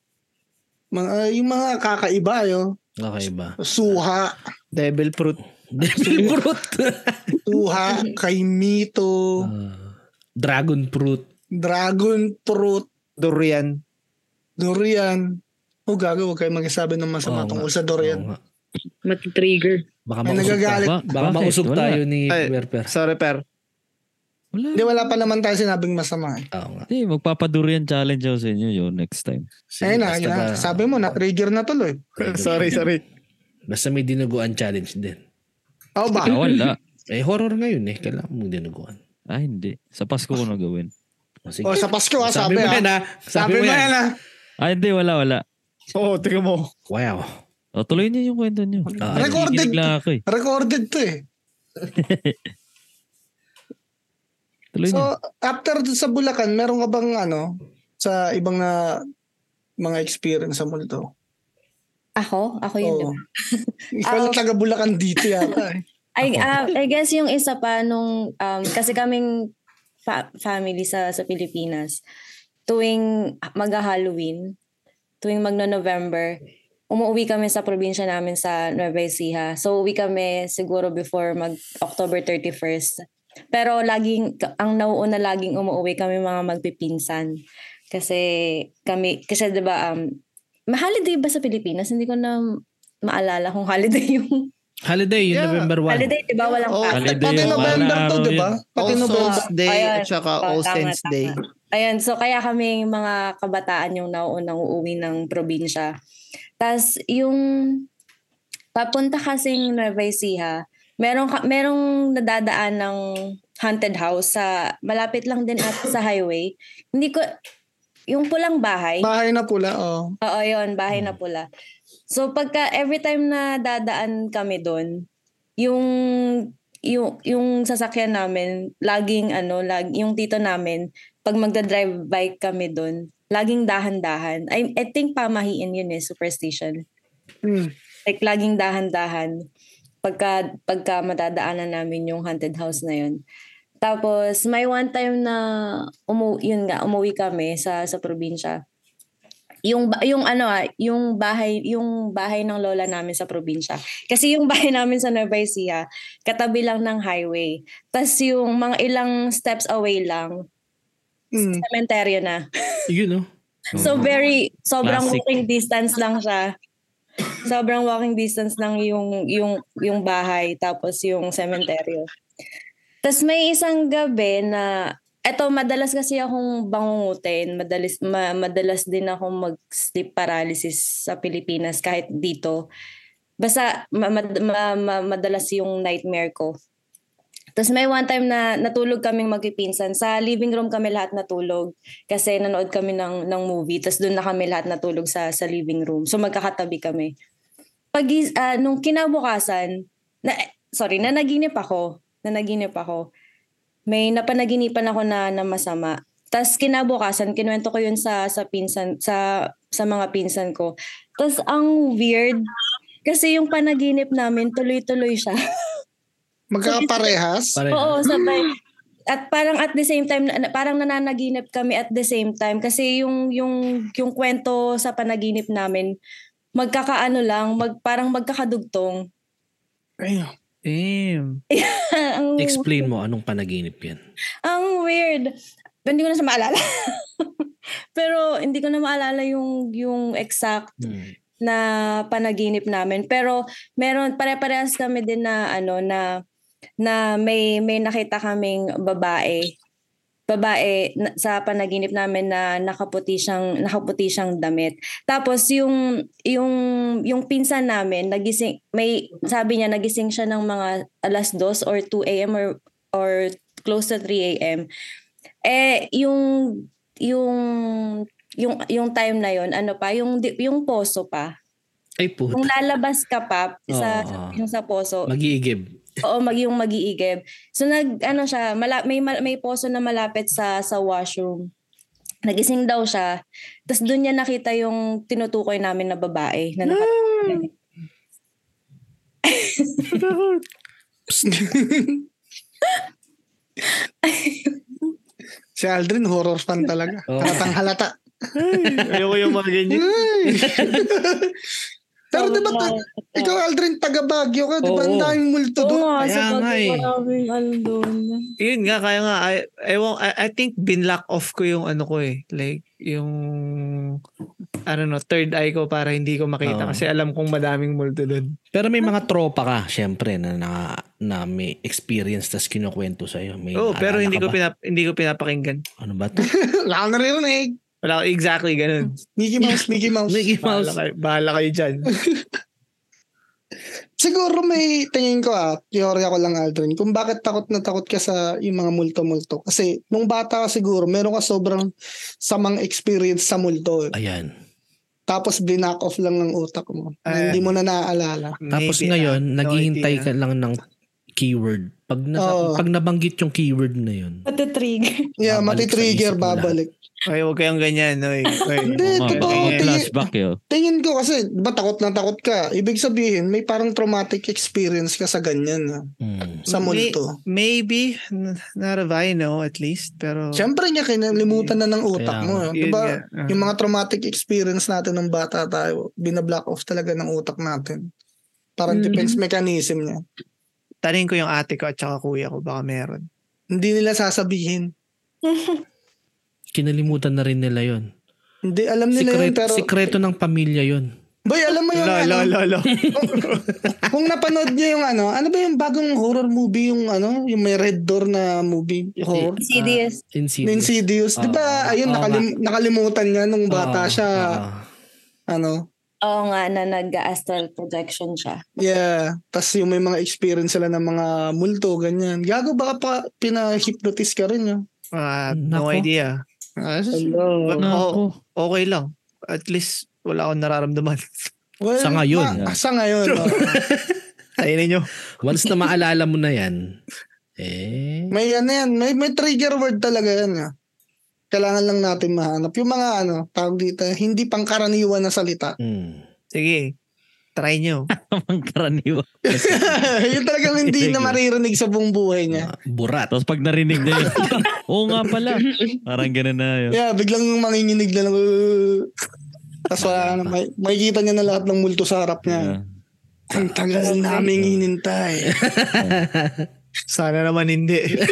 [SPEAKER 4] Mga, yung mga kakaiba, yo.
[SPEAKER 1] Kakaiba.
[SPEAKER 4] Suha,
[SPEAKER 5] Devil fruit.
[SPEAKER 1] Devil fruit.
[SPEAKER 4] suha, kaimito,
[SPEAKER 1] Ah, dragon fruit.
[SPEAKER 4] dragon fruit,
[SPEAKER 5] Durian.
[SPEAKER 4] durian. O gago, huwag kayo magsasabi ng
[SPEAKER 1] Oo
[SPEAKER 4] masama
[SPEAKER 1] nga.
[SPEAKER 4] tungkol sa
[SPEAKER 1] Oo
[SPEAKER 4] durian.
[SPEAKER 1] nga.
[SPEAKER 8] Mat-trigger.
[SPEAKER 1] Baka
[SPEAKER 4] May
[SPEAKER 1] mausog,
[SPEAKER 4] nagagalit.
[SPEAKER 1] baka, baka
[SPEAKER 2] Bakit?
[SPEAKER 1] mausog
[SPEAKER 2] Wala.
[SPEAKER 1] tayo ni
[SPEAKER 5] Ay.
[SPEAKER 1] Werper.
[SPEAKER 5] Sorry, per.
[SPEAKER 2] Wala.
[SPEAKER 4] Hindi, wala pa naman tayo sinabing masama. Eh.
[SPEAKER 1] Oo nga.
[SPEAKER 2] Hindi, magpapadurian challenge ako sa inyo yun next time.
[SPEAKER 1] Sige,
[SPEAKER 4] Ayun na,
[SPEAKER 1] basta
[SPEAKER 4] yun na.
[SPEAKER 1] ba-
[SPEAKER 4] sabi mo, na-trigger na tuloy.
[SPEAKER 5] sorry, sorry.
[SPEAKER 1] Basta may dinuguan challenge din.
[SPEAKER 4] Oo ba?
[SPEAKER 2] Ah, wala.
[SPEAKER 1] Eh, horror ngayon eh. Kailangan mong dinuguan.
[SPEAKER 2] Ah, hindi. Sa Pasko ko na gawin.
[SPEAKER 1] O, sige.
[SPEAKER 4] O, sa Pasko, ah,
[SPEAKER 1] sabi,
[SPEAKER 4] sabi,
[SPEAKER 1] mo yan
[SPEAKER 4] ah.
[SPEAKER 1] ha.
[SPEAKER 4] Sabi mo yan, ah.
[SPEAKER 2] Ah, hindi. Wala, wala.
[SPEAKER 5] Oo, oh, tingnan mo.
[SPEAKER 1] Wow.
[SPEAKER 2] O, tuloy niyo yung kwento niyo.
[SPEAKER 1] Ah,
[SPEAKER 2] Ay,
[SPEAKER 4] recorded.
[SPEAKER 2] nakikinig lang ako eh.
[SPEAKER 4] Recorded to eh.
[SPEAKER 2] Tuloy niyo.
[SPEAKER 4] So, after dun sa Bulacan, meron ka bang ano, sa ibang na mga experience sa multo?
[SPEAKER 6] Ako? Ako Oh, yun, di
[SPEAKER 4] Oo.
[SPEAKER 6] ba?
[SPEAKER 4] Ikaw lang taga Bulacan dito yata eh.
[SPEAKER 6] I,
[SPEAKER 1] Ako.
[SPEAKER 6] ah, I guess yung isa pa nung, um, kasi kaming fa- family sa, sa Pilipinas, tuwing mag-Halloween, tuwing magno-November, umuwi kami sa probinsya namin sa Nueva Ecija. So, uwi kami siguro before mag-October 31st. Pero laging, ang nauuna laging umuwi kami mga magpipinsan. Kasi kami, kasi 'di ba um, ma-holiday ba sa Pilipinas? Hindi ko na maalala kung holiday yung
[SPEAKER 1] Holiday, yung
[SPEAKER 5] Yeah.
[SPEAKER 1] November 1.
[SPEAKER 6] Holiday, di ba? Walang
[SPEAKER 5] Oh,
[SPEAKER 6] pa.
[SPEAKER 2] Holiday
[SPEAKER 4] Pati
[SPEAKER 2] yung
[SPEAKER 4] November
[SPEAKER 2] wala
[SPEAKER 4] to,
[SPEAKER 2] araw
[SPEAKER 4] di ba?
[SPEAKER 2] yun.
[SPEAKER 4] Pati
[SPEAKER 5] All
[SPEAKER 4] November.
[SPEAKER 5] Souls Day
[SPEAKER 6] Ayun.
[SPEAKER 5] at saka
[SPEAKER 6] Oh,
[SPEAKER 5] All
[SPEAKER 6] tama,
[SPEAKER 5] Saints
[SPEAKER 6] tama.
[SPEAKER 5] Day.
[SPEAKER 6] Ayan, so kaya kami mga kabataan yung nauunang uuwi ng probinsya. Tapos yung papunta kasing Nueva Ecija, merong, ka- merong nadadaan ng haunted house sa malapit lang din at sa highway. Hindi ko, yung pulang bahay,
[SPEAKER 4] Bahay na pula, oh.
[SPEAKER 6] oo yun, bahay na pula. So pagka every time na dadaan kami doon, yung yung yung sasakyan namin laging ano lag yung tito namin pag magda-drive bike kami doon laging dahan-dahan I, I think pamahiin yun eh superstition
[SPEAKER 4] Hmm.
[SPEAKER 6] like laging dahan-dahan pagka pagka madadaanan namin yung haunted house na yun. Tapos may one time na umu yun nga umuwi kami sa sa probinsya. Yung ba- yung ano ah, yung bahay yung bahay ng lola namin sa probinsya. Kasi yung bahay namin sa Nueva Ecija, katabi lang ng highway. Tapos yung mga ilang steps away lang,
[SPEAKER 4] Hmm.
[SPEAKER 6] cemetery na.
[SPEAKER 1] Yun, oh. no?
[SPEAKER 6] So very sobrang
[SPEAKER 2] Mm. Classic.
[SPEAKER 6] walking distance lang siya. Sobrang walking distance lang yung yung yung bahay tapos yung cemetery. Tapos may isang gabi na eto madalas kasi akong bangungutin, madalas ma- madalas din ako mag-sleep paralysis sa Pilipinas kahit dito. Basta ma- ma- ma- ma- madalas yung nightmare ko. Tapos may one time na natulog kaming magpipinsan. Sa living room kami lahat natulog kasi nanood kami ng, ng movie. Tapos doon na kami lahat natulog sa, sa living room. So magkakatabi kami. Pag, ah, nung kinabukasan, na, eh, sorry, nanaginip ako. Nanaginip ako. May napanaginipan ako na, na masama. Tapos kinabukasan, kinuwento ko yun sa, sa pinsan, sa, sa mga pinsan ko. Tapos ang weird, kasi yung panaginip namin, tuloy-tuloy siya.
[SPEAKER 4] Magkaparehas?
[SPEAKER 1] Pare.
[SPEAKER 6] Oo, sabay. At parang at the same time, na- parang nananaginip kami at the same time. Kasi yung, yung, yung kwento sa panaginip namin, magkakaano lang, mag, parang magkakadugtong.
[SPEAKER 4] Ayun.
[SPEAKER 5] Damn.
[SPEAKER 6] ang,
[SPEAKER 1] Explain mo anong panaginip yan.
[SPEAKER 6] ang weird. Hindi ko na siya maalala. Pero hindi ko na maalala yung yung exact
[SPEAKER 1] Hmm.
[SPEAKER 6] na panaginip namin. Pero meron pare-parehas kami din na ano na na may may nakita kaming babae. Babae na- sa panaginip namin na nakaputi siyang nakaputi siyang damit. Tapos yung yung yung pinsan namin nagising may sabi niya nagising siya ng mga alas 2 or 2 AM or or close to 3 AM. Eh yung yung yung yung time na yon ano pa yung di- yung poso pa
[SPEAKER 1] Ay po.
[SPEAKER 6] kung lalabas ka pa sa
[SPEAKER 1] Oo.
[SPEAKER 6] yung sa poso
[SPEAKER 1] Mag-iigib.
[SPEAKER 6] oo mag yung magiiigib so nag ano siya mala, may mal- may poso na malapit sa sa washroom nagising daw siya tapos doon niya nakita yung tinutukoy namin na babae na naka-
[SPEAKER 4] Si Aldrin, horror fan talaga.
[SPEAKER 1] Oo.
[SPEAKER 4] Halatang halata.
[SPEAKER 5] Ayoko yung mga ganyan.
[SPEAKER 4] Ay. Pero diba, ta- ikaw Aldrin, taga Baguio ka, diba?
[SPEAKER 1] Oo.
[SPEAKER 4] Ang daming multo
[SPEAKER 6] Oo
[SPEAKER 4] doon.
[SPEAKER 6] nga,
[SPEAKER 5] Kaya
[SPEAKER 6] sa
[SPEAKER 5] nga eh.
[SPEAKER 6] maraming ano doon.
[SPEAKER 5] Yun nga, kaya nga, I, ewan, I, I think binlock off ko yung ano ko eh. Like, yung, I don't know, third eye ko para hindi ko makita.
[SPEAKER 1] Oo.
[SPEAKER 5] Kasi alam kong madaming multo doon.
[SPEAKER 1] Pero may mga tropa ka, syempre, na, na, na may experience tas kinukwento sa'yo. May
[SPEAKER 5] Oo, Oh, pero
[SPEAKER 1] naalala
[SPEAKER 5] hindi
[SPEAKER 1] ka
[SPEAKER 5] ko,
[SPEAKER 1] ba?
[SPEAKER 5] pinap, hindi ko pinapakinggan.
[SPEAKER 1] Ano ba to?
[SPEAKER 4] Wala ka naririnig.
[SPEAKER 5] Wala ko, exactly, ganun.
[SPEAKER 4] Mickey Mouse, Mickey Mouse.
[SPEAKER 1] Mickey
[SPEAKER 5] Bahala
[SPEAKER 1] Mouse.
[SPEAKER 5] kayo, bahala kayo dyan.
[SPEAKER 4] Siguro may tingin ko ah, teorya ko lang Aldrin, kung bakit takot na takot ka sa yung mga multo-multo. Kasi nung bata ka siguro, meron ka sobrang samang experience sa multo. eh.
[SPEAKER 1] Ayan.
[SPEAKER 4] Tapos binack off lang ng utak mo. Na
[SPEAKER 5] Ayan.
[SPEAKER 4] hindi mo na naaalala.
[SPEAKER 1] Tapos
[SPEAKER 5] Maybe,
[SPEAKER 1] ngayon,
[SPEAKER 5] ah, no
[SPEAKER 1] naghihintay
[SPEAKER 5] idea.
[SPEAKER 1] ka lang ng keyword. Pag, na,
[SPEAKER 4] Oo.
[SPEAKER 1] pag nabanggit yung keyword na yun,
[SPEAKER 6] Matitrigger.
[SPEAKER 1] Babalik
[SPEAKER 4] Yeah,
[SPEAKER 1] sa
[SPEAKER 4] matitrigger,
[SPEAKER 1] isip mo lahat.
[SPEAKER 4] babalik.
[SPEAKER 5] Okay, huwag kayong ganyan. Oy, oy.
[SPEAKER 4] Hindi,
[SPEAKER 2] Oo nga,
[SPEAKER 4] Eh, totoo.
[SPEAKER 2] baka
[SPEAKER 4] Tingin,
[SPEAKER 2] flashback eh, oh. yun.
[SPEAKER 4] tingin ko kasi, di ba takot na takot ka? Ibig sabihin, may parang traumatic experience ka sa ganyan, ah,
[SPEAKER 1] mm,
[SPEAKER 4] sa
[SPEAKER 5] May-
[SPEAKER 4] multo.
[SPEAKER 5] Maybe, n- not if I know at least, pero...
[SPEAKER 4] Siyempre niya, kinalimutan na ng utak
[SPEAKER 1] Kaya
[SPEAKER 4] mo.
[SPEAKER 5] Oh.
[SPEAKER 4] Di
[SPEAKER 5] yun
[SPEAKER 4] ba?
[SPEAKER 5] nga, ah.
[SPEAKER 4] Yung mga traumatic experience natin ng bata tayo, binablock off talaga ng utak natin. Parang
[SPEAKER 8] Mm.
[SPEAKER 5] Mm-hmm.
[SPEAKER 4] defense mechanism niya.
[SPEAKER 5] Tanin ko yung ate ko at saka kuya ko, baka meron.
[SPEAKER 4] Hindi nila sasabihin.
[SPEAKER 1] kinalimutan na rin nila yun.
[SPEAKER 4] Hindi, alam nila yun,
[SPEAKER 1] Secret,
[SPEAKER 4] pero...
[SPEAKER 1] sikreto ng pamilya yun.
[SPEAKER 4] Boy, alam mo yun,
[SPEAKER 5] Lo,
[SPEAKER 4] ano,
[SPEAKER 5] lo, lo, lo.
[SPEAKER 4] kung napanood niyo yung ano, ano ba yung bagong horror movie, yung ano, yung may red door na movie, horror?
[SPEAKER 6] Insidious.
[SPEAKER 4] Na
[SPEAKER 1] Insidious.
[SPEAKER 4] Insidious. Di ba,
[SPEAKER 1] Oo.
[SPEAKER 4] ayun,
[SPEAKER 1] Oo
[SPEAKER 4] nakalim- nakalimutan niya nung bata
[SPEAKER 1] Oo,
[SPEAKER 4] siya.
[SPEAKER 1] oo.
[SPEAKER 4] Ano,
[SPEAKER 6] Oo nga, na nag-astral projection siya.
[SPEAKER 4] Yeah. Tapos yung may mga experience sila ng mga multo, ganyan. Gago, baka pa pina-hypnotize ka rin yun.
[SPEAKER 5] Ah, no
[SPEAKER 1] Nako.
[SPEAKER 5] idea. Ah,
[SPEAKER 4] Hello.
[SPEAKER 5] But
[SPEAKER 2] Nako.
[SPEAKER 5] o- okay lang. At least wala akong nararamdaman.
[SPEAKER 4] Well,
[SPEAKER 1] Sa ngayon. ah.
[SPEAKER 4] Ma- sa ngayon. oh.
[SPEAKER 5] Ayun ninyo.
[SPEAKER 1] Once na maalala mo na yan, eh,
[SPEAKER 4] may ano yan, may, may trigger word talaga yan. ah. Kailangan lang natin mahanap. Yung mga ano, tawag dito, hindi pangkaraniwan na salita.
[SPEAKER 1] mm,
[SPEAKER 5] Sige. Try nyo.
[SPEAKER 2] Ang karaniwa.
[SPEAKER 4] yung talagang hindi na maririnig sa buong buhay
[SPEAKER 1] ah,
[SPEAKER 4] niya.
[SPEAKER 1] burat.
[SPEAKER 2] Tapos pag narinig na yun, oo nga pala. Parang ganun na yun.
[SPEAKER 4] Yeah, biglang manginginig na lang. "Uh." Tapos wala na, may, makikita niya na lahat ng multo sa harap niya.
[SPEAKER 2] Yeah.
[SPEAKER 4] Ang tagal naming hinintay.
[SPEAKER 5] Sana naman hindi.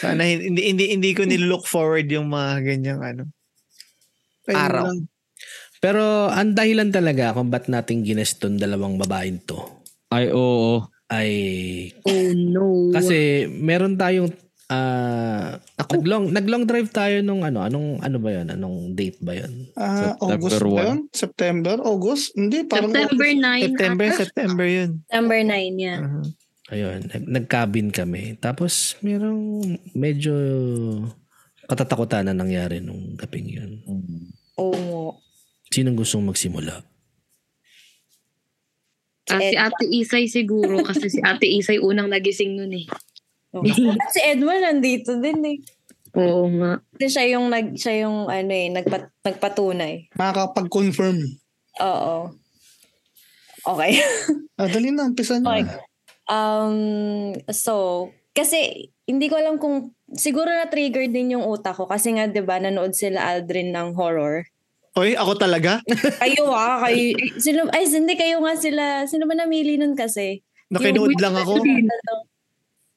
[SPEAKER 5] Sana hin- hindi, hindi, hindi ko nilook forward yung mga ganyang ano.
[SPEAKER 4] Ayun
[SPEAKER 5] Araw.
[SPEAKER 4] lang.
[SPEAKER 1] Pero ang dahilan talaga kung ba't natin gineston dalawang babaeng to
[SPEAKER 2] Ay, oo.
[SPEAKER 1] ay
[SPEAKER 8] Oh no.
[SPEAKER 1] kasi meron tayong ah, naglong naglong drive tayo nung ano anong ano ba yon anong date ba yon
[SPEAKER 4] Ah,
[SPEAKER 2] September
[SPEAKER 4] August ba
[SPEAKER 2] one.
[SPEAKER 4] yun? September? August? Hindi, parang
[SPEAKER 8] September 9.
[SPEAKER 5] September,
[SPEAKER 8] ata.
[SPEAKER 5] September yun.
[SPEAKER 6] Number 9 yan.
[SPEAKER 5] Uh-huh.
[SPEAKER 1] ayun nag- nag-cabin kami tapos merong medyo katatakutan na nangyari nung gabing yun
[SPEAKER 6] Oo.
[SPEAKER 1] sinong gustong magsimula
[SPEAKER 8] Ah, si Ate Isay siguro kasi si Ate Isay unang nagising nun eh.
[SPEAKER 6] At si Edward nandito din eh.
[SPEAKER 8] Oo nga.
[SPEAKER 6] Kasi siya yung nag siya yung ano eh nagpat, nagpatunay.
[SPEAKER 4] makakapag-confirm.
[SPEAKER 6] Oo. Okay.
[SPEAKER 4] Ah, dali na, umpisa niyo.
[SPEAKER 6] Okay. Um so kasi hindi ko alam kung siguro na trigger din yung utak ko kasi nga 'di ba nanood sila Aldrin ng horror.
[SPEAKER 5] Oy, ako talaga?
[SPEAKER 6] Kayo ah, kayo sino ay hindi kayo nga sila sino ba namili nun kasi?
[SPEAKER 5] Nakinood lang ako.
[SPEAKER 6] Ano?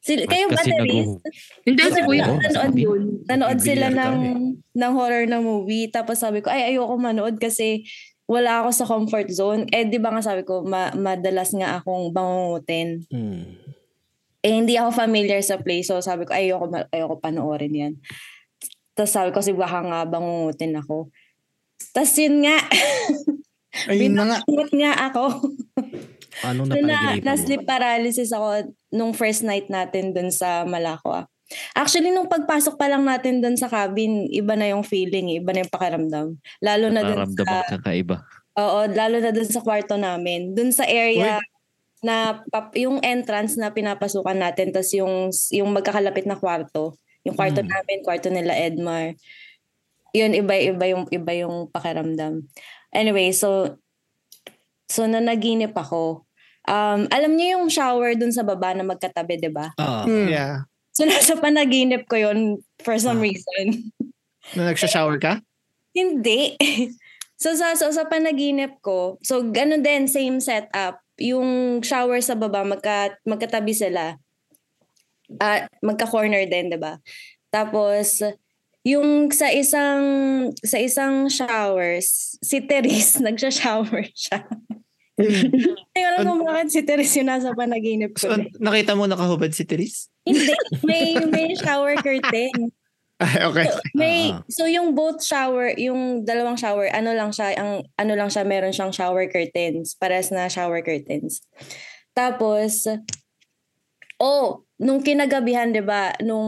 [SPEAKER 6] Sila, kayong
[SPEAKER 2] Kasi
[SPEAKER 6] batteries,
[SPEAKER 2] nag-
[SPEAKER 8] Hindi, si
[SPEAKER 6] Ano
[SPEAKER 8] Kuya.
[SPEAKER 6] ba?
[SPEAKER 8] Nanood yun.
[SPEAKER 6] nanood
[SPEAKER 2] Bilyar
[SPEAKER 6] sila
[SPEAKER 2] ka
[SPEAKER 6] ng,
[SPEAKER 2] eh.
[SPEAKER 6] ng horror na movie. Tapos sabi ko, ay, ayoko manood kasi wala ako sa comfort zone. Eh, di ba nga sabi ko, ma- madalas nga akong bangungutin.
[SPEAKER 1] Hmm.
[SPEAKER 6] eh hindi ako familiar sa place. So sabi ko, ayoko, ma- ayoko panoorin yan. Tapos sabi ko, kasi baka nga bangungutin ako. Tapos yun nga,
[SPEAKER 4] Ayun na nga.
[SPEAKER 6] bangungot nga ako.
[SPEAKER 1] Ano na
[SPEAKER 6] So, na,
[SPEAKER 1] panaginipan mo?
[SPEAKER 6] na-sleep paralysis ako nung first night natin dun sa Malacca. Actually, nung pagpasok pa lang natin dun sa cabin, iba na yung feeling, eh, iba na yung pakiramdam. Lalo na dun
[SPEAKER 2] Nararamdaman
[SPEAKER 6] sa,
[SPEAKER 2] kang kaiba.
[SPEAKER 6] oo, lalo na dun sa kwarto namin. Dun sa area na pap- yung entrance na pinapasukan natin tapos yung yung magkakalapit na kwarto yung kwarto
[SPEAKER 2] Mm.
[SPEAKER 6] namin kwarto nila Edmar yun iba-iba yung iba yung pakiramdam anyway so so nanaginip ako um alam niyo yung shower dun sa baba na magkatabi 'di ba
[SPEAKER 1] Ah,
[SPEAKER 4] Hmm.
[SPEAKER 5] Yeah.
[SPEAKER 6] so nasa panaginip ko yun for some reason
[SPEAKER 5] Na nagsha-shower ka?
[SPEAKER 6] Hindi. so, sa, so, sa panaginip ko, so ganun din, same setup. Yung shower sa baba, magka, magkatabi sila. At magka-corner din, di ba? Tapos, yung sa isang sa isang showers, si Teres, nagsha-shower siya. Hindi ko alam kung bakit si Teres yung nasa panaginip
[SPEAKER 5] So,
[SPEAKER 6] ko. eh?
[SPEAKER 5] an- nakita mo nakahubad si Therese?
[SPEAKER 6] Hindi, may, may shower curtain.
[SPEAKER 5] Ay, okay.
[SPEAKER 6] May
[SPEAKER 1] Ah.
[SPEAKER 6] so yung both shower, yung dalawang shower, ano lang siya, ang ano lang siya, meron siyang shower curtains, pares na shower curtains. Tapos oh, nung kinagabihan, 'di ba, nung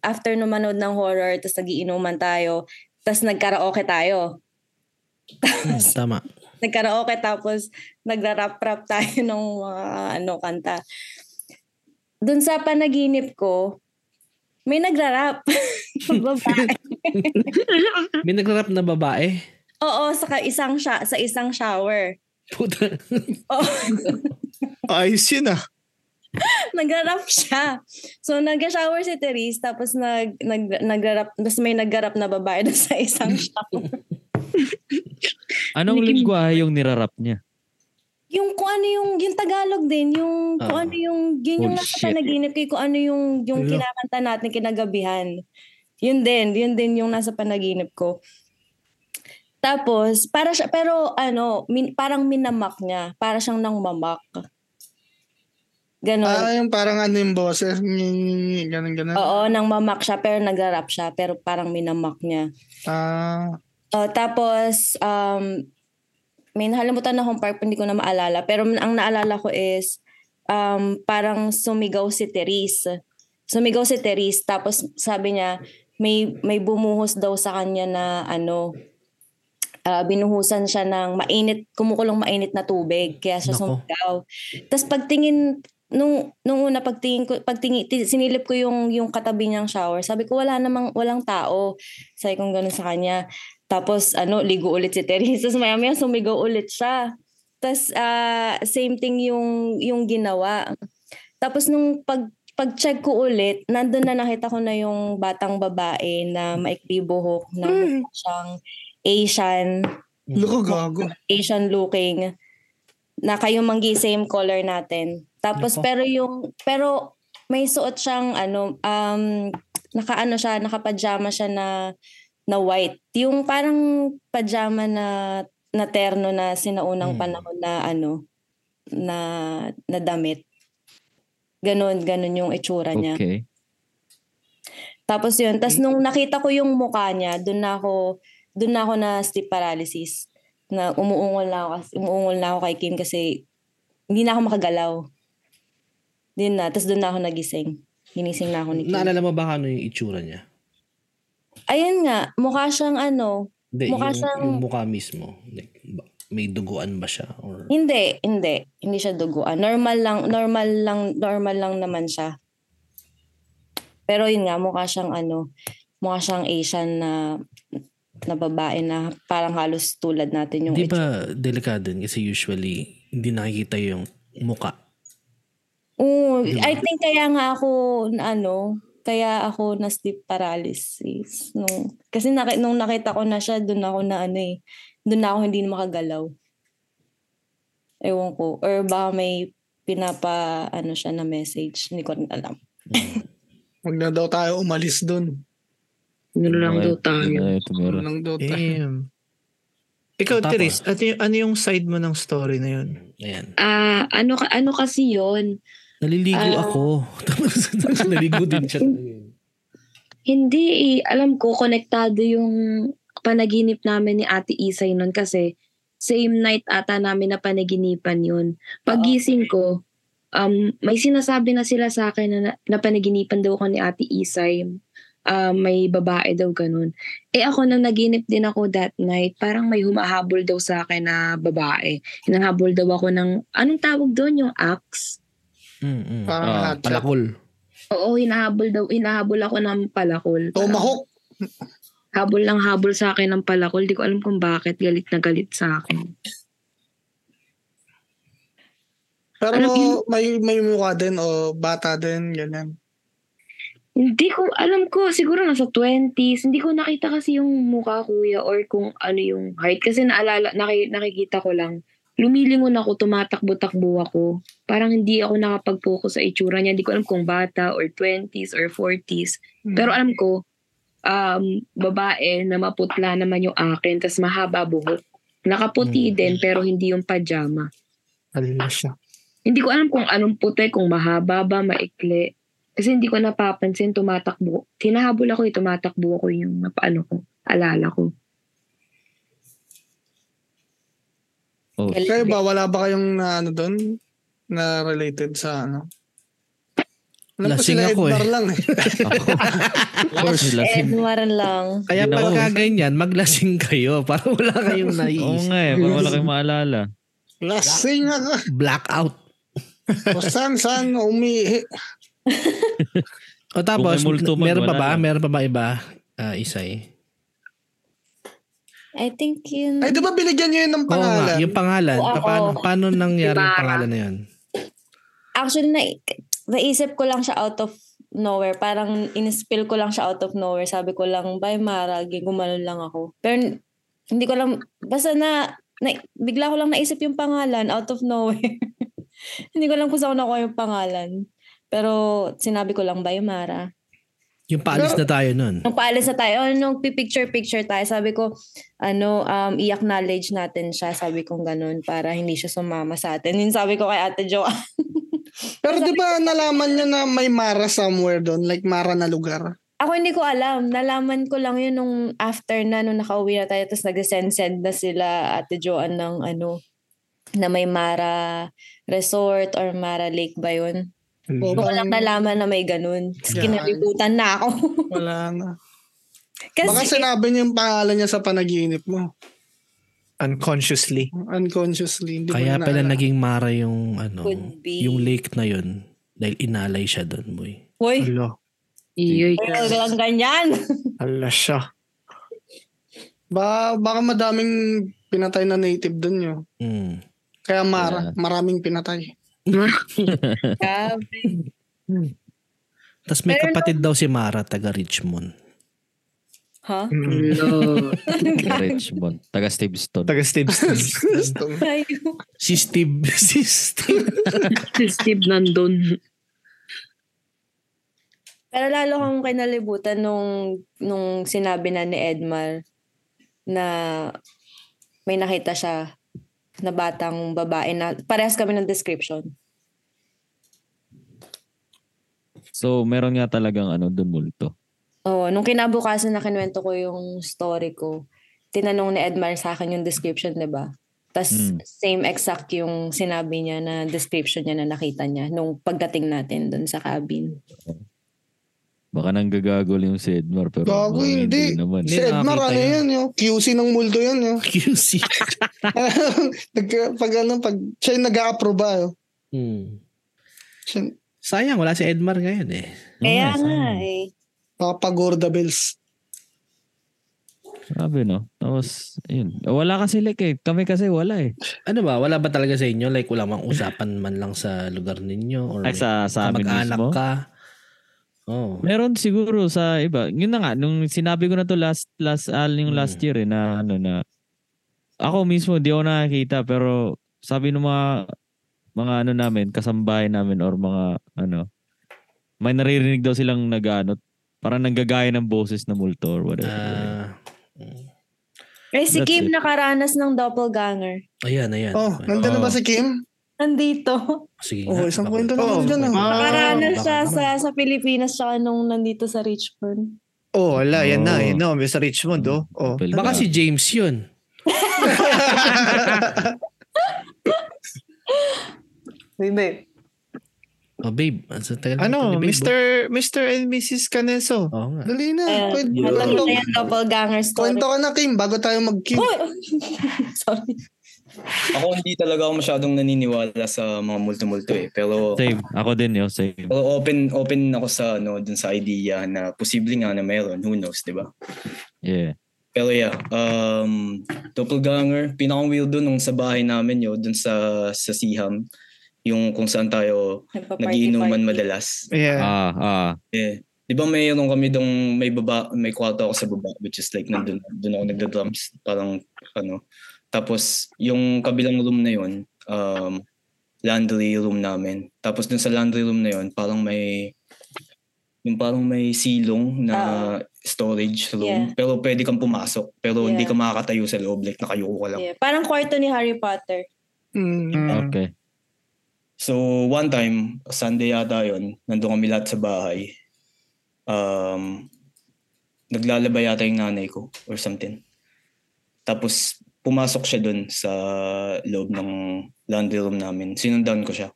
[SPEAKER 6] after numanood ng horror, tapos nagiinuman tayo, tapos nagkaraoke tayo.
[SPEAKER 1] hmm, tama.
[SPEAKER 6] Nagkaraoke tapos nagra-rap-rap tayo ng mga ano kanta. Doon sa panaginip ko, may nagra-rap. Babae.
[SPEAKER 1] May nagrarap na babae?
[SPEAKER 6] Oo, sa ka- isang sha- sa isang shower.
[SPEAKER 1] Puta.
[SPEAKER 6] Oo,
[SPEAKER 5] Ayos yun ah.
[SPEAKER 6] nagrarap siya. So nag-shower si Therese tapos nag nag nagrarap, mas may nagrarap na babae doon sa isang shower.
[SPEAKER 2] Anong lingwahe yung nirarap niya?
[SPEAKER 6] yung kung ano yung yung Tagalog din, yung kung
[SPEAKER 1] Ah.
[SPEAKER 6] ano yung yun yung nasa
[SPEAKER 2] Bullshit.
[SPEAKER 6] panaginip ko, kung ano yung yung
[SPEAKER 1] Ano?
[SPEAKER 6] kinakanta natin kinagabihan. Yun din, yun din yung nasa panaginip ko. Tapos, para siya, pero ano, min, parang minamak niya. Para siyang nang mamak. Ganon.
[SPEAKER 4] Ah, yung parang ano yung boses. ngi- ngi- ngi- Ganun, ganun.
[SPEAKER 6] Oo, nang mamak siya pero nagrarap siya pero parang minamak niya.
[SPEAKER 4] Ah,
[SPEAKER 6] Oh, tapos um may nakalimutan na akong part hindi ko na maalala pero ang naalala ko is um parang sumigaw si Therese. Sumigaw si Therese tapos sabi niya may may bumuhos daw sa kanya na ano ah, binuhusan siya ng mainit, kumukulong mainit na tubig kaya siya
[SPEAKER 1] Nako.
[SPEAKER 6] sumigaw. Tapos pagtingin nung nung una pagtingin ko pagtingin ti- sinilip ko yung yung katabi niyang shower. Sabi ko wala namang walang tao. Sabi ko ganun sa kanya. Tapos ano ligo ulit si Teresa. Tapos maya maya sumigaw ulit siya. Tapos ah, same thing yung yung ginawa. Tapos nung pag pag-check ko ulit, nandun na nakita ko na yung batang babae na maikli buhok na mukha siyang Asian,
[SPEAKER 4] loko gago.
[SPEAKER 6] Asian looking na kayo manggi same color natin. Tapos
[SPEAKER 1] Nako.
[SPEAKER 6] pero yung pero may suot siyang ano um nakaano siya nakapajama siya na na white. Yung parang pajama na na terno na sinaunang
[SPEAKER 1] Hmm.
[SPEAKER 6] panahon na ano na na damit. Ganon, ganon yung itsura Ano niya.
[SPEAKER 2] Okay.
[SPEAKER 6] Tapos yun, tapos
[SPEAKER 1] Mm.
[SPEAKER 6] nung nakita ko yung mukha niya, doon na ako, doon na ako na sleep paralysis. Na umuungol na ako, kas- umuungol na ako kay Kim kasi hindi na ako makagalaw. Yun na, tapos doon na ako nagising. Ginising na ako ni Kim.
[SPEAKER 1] Naalala mo ba kung ano yung itsura niya?
[SPEAKER 6] Ayun nga, mukha siyang ano,
[SPEAKER 1] Hindi,
[SPEAKER 6] Mukha
[SPEAKER 1] yung,
[SPEAKER 6] siyang-
[SPEAKER 1] yung mukha mismo. Like, ba- may duguan ba siya? Or...
[SPEAKER 6] hindi, hindi, hindi siya duguan. Normal lang, normal lang, normal lang naman siya. Pero yun nga, mukha siyang ano, mukha siyang Asian na na babae na parang halos tulad natin yung
[SPEAKER 1] Di ba delikado yun? Kasi usually, hindi nakikita yung muka.
[SPEAKER 6] Oo,
[SPEAKER 1] Di ba?
[SPEAKER 6] I think kaya nga ako na ano, kaya ako na sleep paralysis nung kasi naki, nung nakita ko na siya doon ako na ano eh, doon na ako hindi na makagalaw. Ewan ko or baka may pinapa ano siya na message, hindi ko rin alam.
[SPEAKER 4] Huwag na daw tayo umalis dun.
[SPEAKER 7] Yun lang daw tayo.
[SPEAKER 2] Yun na yung tumira.
[SPEAKER 4] Huwag lang daw tayo.
[SPEAKER 5] Damn. Ikaw,
[SPEAKER 1] Tapos-
[SPEAKER 5] Therese, ano yung, ano yung side mo ng story na yun?
[SPEAKER 1] Ayan.
[SPEAKER 7] Ah, ano ka- ano kasi 'yon?
[SPEAKER 1] Naliligo
[SPEAKER 7] Ah.
[SPEAKER 1] ako. Tapos naligo din siya.
[SPEAKER 7] Hindi eh. Alam ko, konektado yung panaginip namin ni Ate Isay nun kasi same night ata namin na panaginipan yun. Pagising ko, um, may sinasabi na sila sa akin na, na panaginipan daw ako ni Ate Isay. Um, may babae daw ganun. Eh ako nang naginip din ako that night, parang may humahabol daw sa akin na babae. Hinahabol daw ako ng, anong tawag doon? Yung axe?
[SPEAKER 1] Mm, mm.
[SPEAKER 4] Parang
[SPEAKER 2] Ah,
[SPEAKER 4] lahat siya.
[SPEAKER 1] Palakol.
[SPEAKER 7] Oo, hinahabol daw, hinahabol ako ng palakol.
[SPEAKER 4] Tomahawk.
[SPEAKER 7] habol lang habol sa akin ng palakol. Di ko alam kung bakit galit na galit sa akin.
[SPEAKER 4] Pero
[SPEAKER 7] Ano yun?
[SPEAKER 4] may, may mukha din o bata din, ganyan.
[SPEAKER 7] Hindi ko, alam ko, siguro nasa 20s. Hindi ko nakita kasi yung mukha kuya or kung ano yung height. Kasi naalala, naki, nakikita ko lang. Lumilingon ako, tumatakbo-takbo ako. Parang hindi ako nakapag-focus sa itsura niya. Hindi ko alam kung bata or 20s or 40s.
[SPEAKER 4] Hmm.
[SPEAKER 7] Pero alam ko, um, babae na maputla naman yung akin. tas mahaba buhok. Nakaputi
[SPEAKER 1] Hmm.
[SPEAKER 7] din pero hindi yung pajama.
[SPEAKER 4] Halila siya.
[SPEAKER 7] Hindi ko alam kung anong puti, kung mahaba ba, maikli. Kasi hindi ko napapansin, tumatakbo. Tinahabol ako, eh, tumatakbo ako yung napaano ko, alala ko.
[SPEAKER 2] Oh.
[SPEAKER 4] Kayo ba, wala ba kayong na ano doon? Na related sa ano? Alam ko
[SPEAKER 1] Lasing
[SPEAKER 4] sila
[SPEAKER 1] ako eh.
[SPEAKER 4] Edmar lang eh.
[SPEAKER 2] Of course,
[SPEAKER 6] Eh,
[SPEAKER 2] lasing.
[SPEAKER 6] maran lang.
[SPEAKER 1] Kaya
[SPEAKER 2] Hindi na
[SPEAKER 1] pagka ganyan, maglasing kayo para wala kayong
[SPEAKER 2] Oo
[SPEAKER 1] naiisip.
[SPEAKER 2] nga eh, parang wala kayong maalala.
[SPEAKER 4] Lasing ako.
[SPEAKER 1] Blackout.
[SPEAKER 4] O saan, saan, umihi.
[SPEAKER 1] O tapos,
[SPEAKER 2] Kung may multo man,
[SPEAKER 1] meron pa
[SPEAKER 2] wala
[SPEAKER 1] ba?
[SPEAKER 2] lang.
[SPEAKER 1] Meron pa ba iba? Ah, isay.
[SPEAKER 6] I think yun.
[SPEAKER 4] Ay, di ba binigyan niyo yun ng
[SPEAKER 1] Oo nga,
[SPEAKER 4] pangalan?
[SPEAKER 1] yung pangalan.
[SPEAKER 6] Oo, ako.
[SPEAKER 1] paano, paano nangyari yung
[SPEAKER 7] Mara.
[SPEAKER 1] pangalan na yun?
[SPEAKER 6] Actually, na, naisip ko lang siya out of nowhere. Parang in-spill ko lang siya out of nowhere. Sabi ko lang, bye Mara, gumano lang ako. Pero n- hindi ko lang, basta na, na, bigla ko lang naisip yung pangalan out of nowhere. hindi ko lang kung saan ko nakuha yung pangalan. Pero sinabi ko lang, bye Mara.
[SPEAKER 1] Yung paalis na tayo nun.
[SPEAKER 6] Nung paalis na tayo, oh, nung picture-picture tayo, sabi ko, ano, um, i-acknowledge natin siya. Sabi ko ganun, para hindi siya sumama sa atin. Yun sabi ko kay Ate Jo,
[SPEAKER 4] Pero di ba nalaman niya na may Mara somewhere doon? Like Mara na lugar?
[SPEAKER 6] Ako hindi ko alam. Nalaman ko lang yun nung after na, nung nakauwi na tayo, tapos nag-send-send na sila Ate Joan ng ano, na may Mara Resort or Mara Lake ba yun?
[SPEAKER 1] Mm-hmm.
[SPEAKER 4] O
[SPEAKER 6] Doon ko lang
[SPEAKER 4] bang-
[SPEAKER 6] nalaman na may ganun. Tapos
[SPEAKER 4] Yeah.
[SPEAKER 6] kinalibutan na ako.
[SPEAKER 4] Wala na. Baka
[SPEAKER 6] Kasi
[SPEAKER 4] sinabi niya yung pangalan niya sa panaginip mo.
[SPEAKER 5] Unconsciously.
[SPEAKER 4] Unconsciously. Hindi mo
[SPEAKER 1] Kaya
[SPEAKER 4] na
[SPEAKER 1] pala
[SPEAKER 4] alam.
[SPEAKER 1] naging Mara yung ano,
[SPEAKER 6] Could be.
[SPEAKER 1] yung lake na yun. Dahil inalay siya doon, boy.
[SPEAKER 6] Uy,
[SPEAKER 5] Hala.
[SPEAKER 7] Iyoy.
[SPEAKER 6] huwag lang ganyan.
[SPEAKER 5] Hala siya.
[SPEAKER 4] Ba, baka madaming pinatay na native doon yun.
[SPEAKER 1] Mm.
[SPEAKER 4] Kaya Mara, maraming pinatay.
[SPEAKER 6] Grabe.
[SPEAKER 1] Tapos may
[SPEAKER 6] Pero
[SPEAKER 1] kapatid daw si Mara, taga Richmond.
[SPEAKER 6] ha?
[SPEAKER 7] Mm.
[SPEAKER 5] Mm.
[SPEAKER 7] Hello.
[SPEAKER 2] Richmond. Taga Stevenson.
[SPEAKER 5] Taga Steve Steve.
[SPEAKER 4] Gusto mo.
[SPEAKER 6] Tayo.
[SPEAKER 1] Si Steve. Si Steve.
[SPEAKER 7] si Steve nandun.
[SPEAKER 6] Pero lalo kang kinalibutan nung, nung sinabi na ni Edmar na may nakita siya na batang babae na parehas kami ng description.
[SPEAKER 2] So, meron nga talagang ano, dun multo.
[SPEAKER 6] Oo, nung kinabukasan na kinuwento ko yung story ko, tinanong ni Edmar sa akin yung description, di ba? Tapos
[SPEAKER 2] Mm.
[SPEAKER 6] same exact yung sinabi niya na description niya na nakita niya nung pagdating natin dun sa cabin.
[SPEAKER 2] Baka nanggagagol yung si Edmar, pero
[SPEAKER 4] Gago,
[SPEAKER 2] baka
[SPEAKER 4] hindi.
[SPEAKER 2] naman.
[SPEAKER 4] Si
[SPEAKER 1] Hindi
[SPEAKER 4] Edmar,
[SPEAKER 1] nakakita
[SPEAKER 4] ano
[SPEAKER 1] yun.
[SPEAKER 4] yan, yun? QC ng multo yan, yun.
[SPEAKER 1] QC.
[SPEAKER 4] Nag, pag ano, pag siya yung nag-a-approve ah, yun.
[SPEAKER 1] Mm.
[SPEAKER 2] Hmm.
[SPEAKER 4] Siya,
[SPEAKER 1] Sayang, wala si Edmar ngayon eh.
[SPEAKER 6] Kaya
[SPEAKER 2] Oh, sayang.
[SPEAKER 6] nga eh.
[SPEAKER 4] papagorda bills.
[SPEAKER 2] Sabi no. Tapos, yun. Wala kasi like eh. Kami kasi wala eh.
[SPEAKER 1] Ano ba, wala ba talaga sa inyo? Like, wala mang usapan man lang sa lugar ninyo? Or
[SPEAKER 2] Ay, sa, sa amin
[SPEAKER 1] mag-anak
[SPEAKER 2] mismo.
[SPEAKER 1] ka? Oh.
[SPEAKER 2] Meron siguro sa iba. Yun na nga, nung sinabi ko na to last, last, ah, yung
[SPEAKER 1] Hmm.
[SPEAKER 2] last year eh, na ano na, ako mismo di ako nakakita, pero sabi ng mga, mga ano namin, kasambahay namin or mga, ano, May naririnig daw silang nag-ano, parang nanggagaya ng boses na multo or whatever.
[SPEAKER 1] Ah,
[SPEAKER 6] Eh, si
[SPEAKER 2] That's
[SPEAKER 6] Kim
[SPEAKER 2] it.
[SPEAKER 6] nakaranas ng doppelganger.
[SPEAKER 1] ayan, ayan.
[SPEAKER 4] Oh,
[SPEAKER 1] Okay.
[SPEAKER 4] nandyan na ba
[SPEAKER 2] Oh.
[SPEAKER 4] si Kim?
[SPEAKER 6] Nandito.
[SPEAKER 1] Sige
[SPEAKER 4] Oh,
[SPEAKER 1] nga,
[SPEAKER 4] isang
[SPEAKER 1] baka-
[SPEAKER 4] kwento na lang dyan. ah.
[SPEAKER 5] Ah.
[SPEAKER 6] Nakaranas
[SPEAKER 1] baka
[SPEAKER 6] ano siya
[SPEAKER 1] naman.
[SPEAKER 6] sa, sa Pilipinas siya nung nandito sa Richmond.
[SPEAKER 5] Oh, wala. Yan na.
[SPEAKER 2] Oh.
[SPEAKER 5] Yan na. Mr. Richmond, oh. oh.
[SPEAKER 2] Doppelganger.
[SPEAKER 1] Baka si James yun.
[SPEAKER 3] Hindi.
[SPEAKER 1] Oh, babe. Ang sa tagal ni
[SPEAKER 5] Ano,
[SPEAKER 1] babe,
[SPEAKER 5] Mr. Mr. and Mrs.
[SPEAKER 1] oh.
[SPEAKER 5] Caneso.
[SPEAKER 1] Oo nga.
[SPEAKER 4] Dali na.
[SPEAKER 6] Ayan,
[SPEAKER 4] Eh, Kwento,
[SPEAKER 6] alam
[SPEAKER 4] kwento,
[SPEAKER 6] mo na yung doppelganger story.
[SPEAKER 4] kwento ka na, Kim, bago tayo mag-Kim.
[SPEAKER 6] Sorry.
[SPEAKER 9] Ako hindi talaga ako masyadong naniniwala sa mga multo-multo eh. Pero,
[SPEAKER 2] Same. Ako din yun, same.
[SPEAKER 9] pero open open ako sa ano dun sa idea na posible nga na meron. Who knows, 'di ba?
[SPEAKER 2] Yeah.
[SPEAKER 9] Pero yeah, um, doppelganger, pinakang weirdo nung sa bahay namin yo, dun sa sa Siham, yung kung saan tayo nagiinuman madalas.
[SPEAKER 5] Yeah.
[SPEAKER 2] Ah, ah.
[SPEAKER 9] Eh, 'di ba mayroon kami dong may baba, may kwarto ako sa baba which is like nandun doon ako nagda-drums, parang ano. Tapos yung kabilang room na 'yon, um, laundry room namin. Tapos dun sa laundry room na 'yon, parang may yung parang may silong na storage room.
[SPEAKER 6] Ah. Yeah.
[SPEAKER 9] Pero pwede kang pumasok. Pero hindi
[SPEAKER 6] Yeah.
[SPEAKER 9] ka makakatayo sa loob. Like, nakayuko ka lang.
[SPEAKER 6] Yeah, parang kwarto ni Harry Potter.
[SPEAKER 4] Mm.
[SPEAKER 5] Mm.
[SPEAKER 2] Okay.
[SPEAKER 9] So, one time, Sunday yata yun, nandun kami lahat sa bahay. Um, naglalaba yata yung nanay ko or something. Tapos, pumasok siya dun sa loob ng laundry room namin. Sinundan ko siya.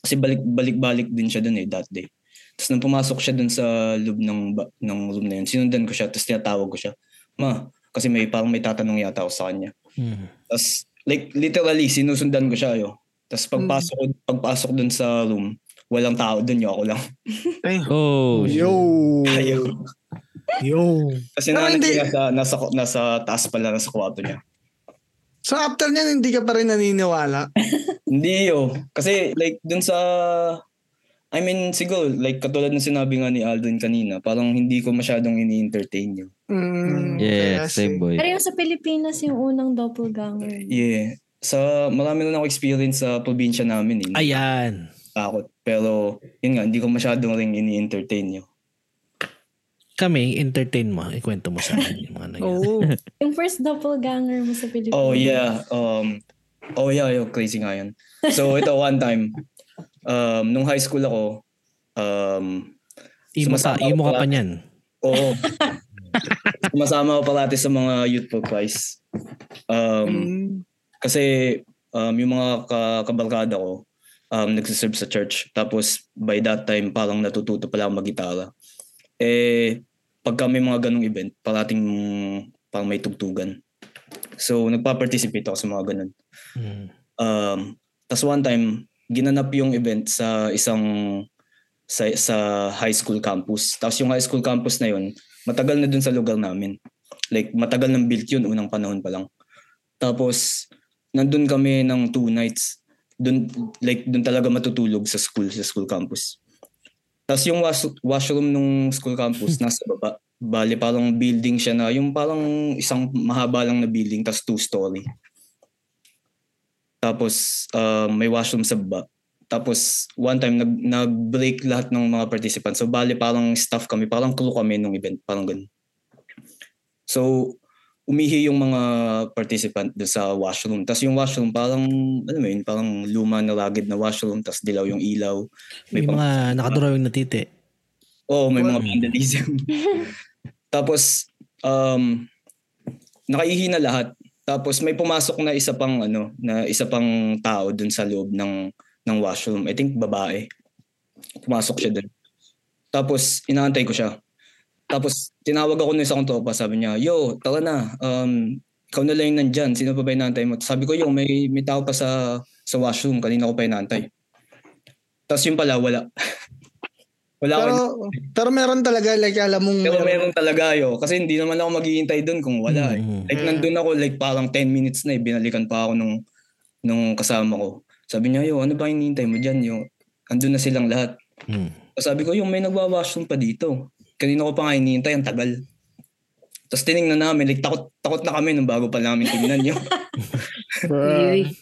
[SPEAKER 9] Kasi balik- balik-balik din siya dun eh, that day. Tapos nung pumasok siya dun sa loob ng, ba- ng room na yun, sinundan ko siya, tapos tinatawag ko siya, Ma, kasi may parang may tatanong yata ako sa kanya.
[SPEAKER 1] Hmm.
[SPEAKER 9] Tapos, like, literally, sinusundan ko siya, yo. Tapos, pagpasok, ko pagpasok dun sa room, walang tao dun, yo. Ako lang.
[SPEAKER 2] Oh,
[SPEAKER 4] Yo.
[SPEAKER 9] Ayaw.
[SPEAKER 4] Yo.
[SPEAKER 9] Kasi
[SPEAKER 4] Pero
[SPEAKER 9] nanay
[SPEAKER 4] hindi-
[SPEAKER 9] ko nasa, nasa, nasa taas pala, nasa kwarto niya.
[SPEAKER 4] So after niyan, hindi ka pa rin naniniwala.
[SPEAKER 9] Hindi, yo. Kasi, like, dun sa... I mean, siguro, like, katulad ng sinabi nga ni Aldrin kanina, parang hindi ko masyadong ini-entertain, yo.
[SPEAKER 4] Mm,
[SPEAKER 2] yeah,
[SPEAKER 4] okay, I
[SPEAKER 2] same
[SPEAKER 4] see.
[SPEAKER 2] boy.
[SPEAKER 6] Pero yung sa Pilipinas, yung unang doppelganger.
[SPEAKER 9] Yeah. Sa, marami na ako experience sa probinsya namin, eh.
[SPEAKER 1] Ayan.
[SPEAKER 9] Takot. Pero, yun nga, hindi ko masyadong ring ini-entertain, yo.
[SPEAKER 1] Kami, entertain mo. Ikwento mo sa akin yung mga nangyari.
[SPEAKER 4] Oo.
[SPEAKER 6] Yung first doppelganger mo sa Pilipinas.
[SPEAKER 9] Oh yeah. Um Oh yeah, yo, crazy nga yun. So ito one time um nung high school ako um
[SPEAKER 1] Imo ka,
[SPEAKER 9] Sumasama
[SPEAKER 1] imo
[SPEAKER 9] ako
[SPEAKER 1] ka pa
[SPEAKER 9] lahat.
[SPEAKER 1] niyan.
[SPEAKER 9] oo. Sumasama ako palati sa mga youth for Christ. Um
[SPEAKER 4] Mm.
[SPEAKER 9] kasi um yung mga ka- kabarkada ko um nagsiserve sa church. Tapos by that time parang natututo pala ako mag-gitara. Eh pagka may mga ganong event, parating parang may tugtugan. So nagpa-participate ako sa mga ganun.
[SPEAKER 1] Hmm.
[SPEAKER 9] Um, tas one time, ginanap yung event sa isang sa, sa high school campus. Tapos yung high school campus na yun, matagal na dun sa lugar namin. Like, matagal nang built yun, unang panahon pa lang. Tapos, nandun kami ng two nights. Dun, like, dun talaga matutulog sa school, sa school campus. Tapos yung wash, washroom nung school campus, nasa baba. Bali, parang building siya na, yung parang isang mahaba lang na building, tapos two-story. Tapos um, may washroom sa baba. Tapos one time nag nag-break lahat ng mga participants. So bali parang staff kami, parang crew kami nung event, parang ganun. So umihi yung mga participant doon sa washroom. Tapos yung washroom parang, ano mo yun, parang luma na ragged na washroom, tapos dilaw yung ilaw.
[SPEAKER 1] May
[SPEAKER 9] pang-
[SPEAKER 1] mga nakadrawing na titi.
[SPEAKER 9] Oo, may
[SPEAKER 1] Wow.
[SPEAKER 9] mga vandalism. Tapos, um, nakaihi na lahat. Tapos may pumasok na isa pang ano, na isa pang tao dun sa loob ng ng washroom. I think babae. Pumasok siya dun. Tapos inaantay ko siya. Tapos tinawag ako nung isa kong tropa, sabi niya, "Yo, tara na. Um, ikaw na lang yung nandyan. Sino pa ba inaantay mo?" Sabi ko, "Yo, may may tao pa sa sa washroom. Kanina ko pa inaantay." Tapos yung pala, wala. wala
[SPEAKER 4] Pero,
[SPEAKER 9] akong-
[SPEAKER 4] pero meron talaga, like, alam mong...
[SPEAKER 9] pero meron talaga yo. Kasi hindi naman ako maghihintay doon kung wala. Eh.
[SPEAKER 1] Hmm.
[SPEAKER 9] Like nandun ako like parang 10 minutes na eh. Binalikan pa ako nung, nung kasama ko. Sabi niya, yo, ano ba hinihintay mo dyan? Yo, andun na silang lahat.
[SPEAKER 1] Hmm.
[SPEAKER 9] Sabi ko, yung may nagwa-washroom pa dito. Kanina ko pa nga hinihintay, ang tagal. Tapos tinignan namin, like takot, takot na kami nung bago pa namin tingnan yo.
[SPEAKER 8] Uy,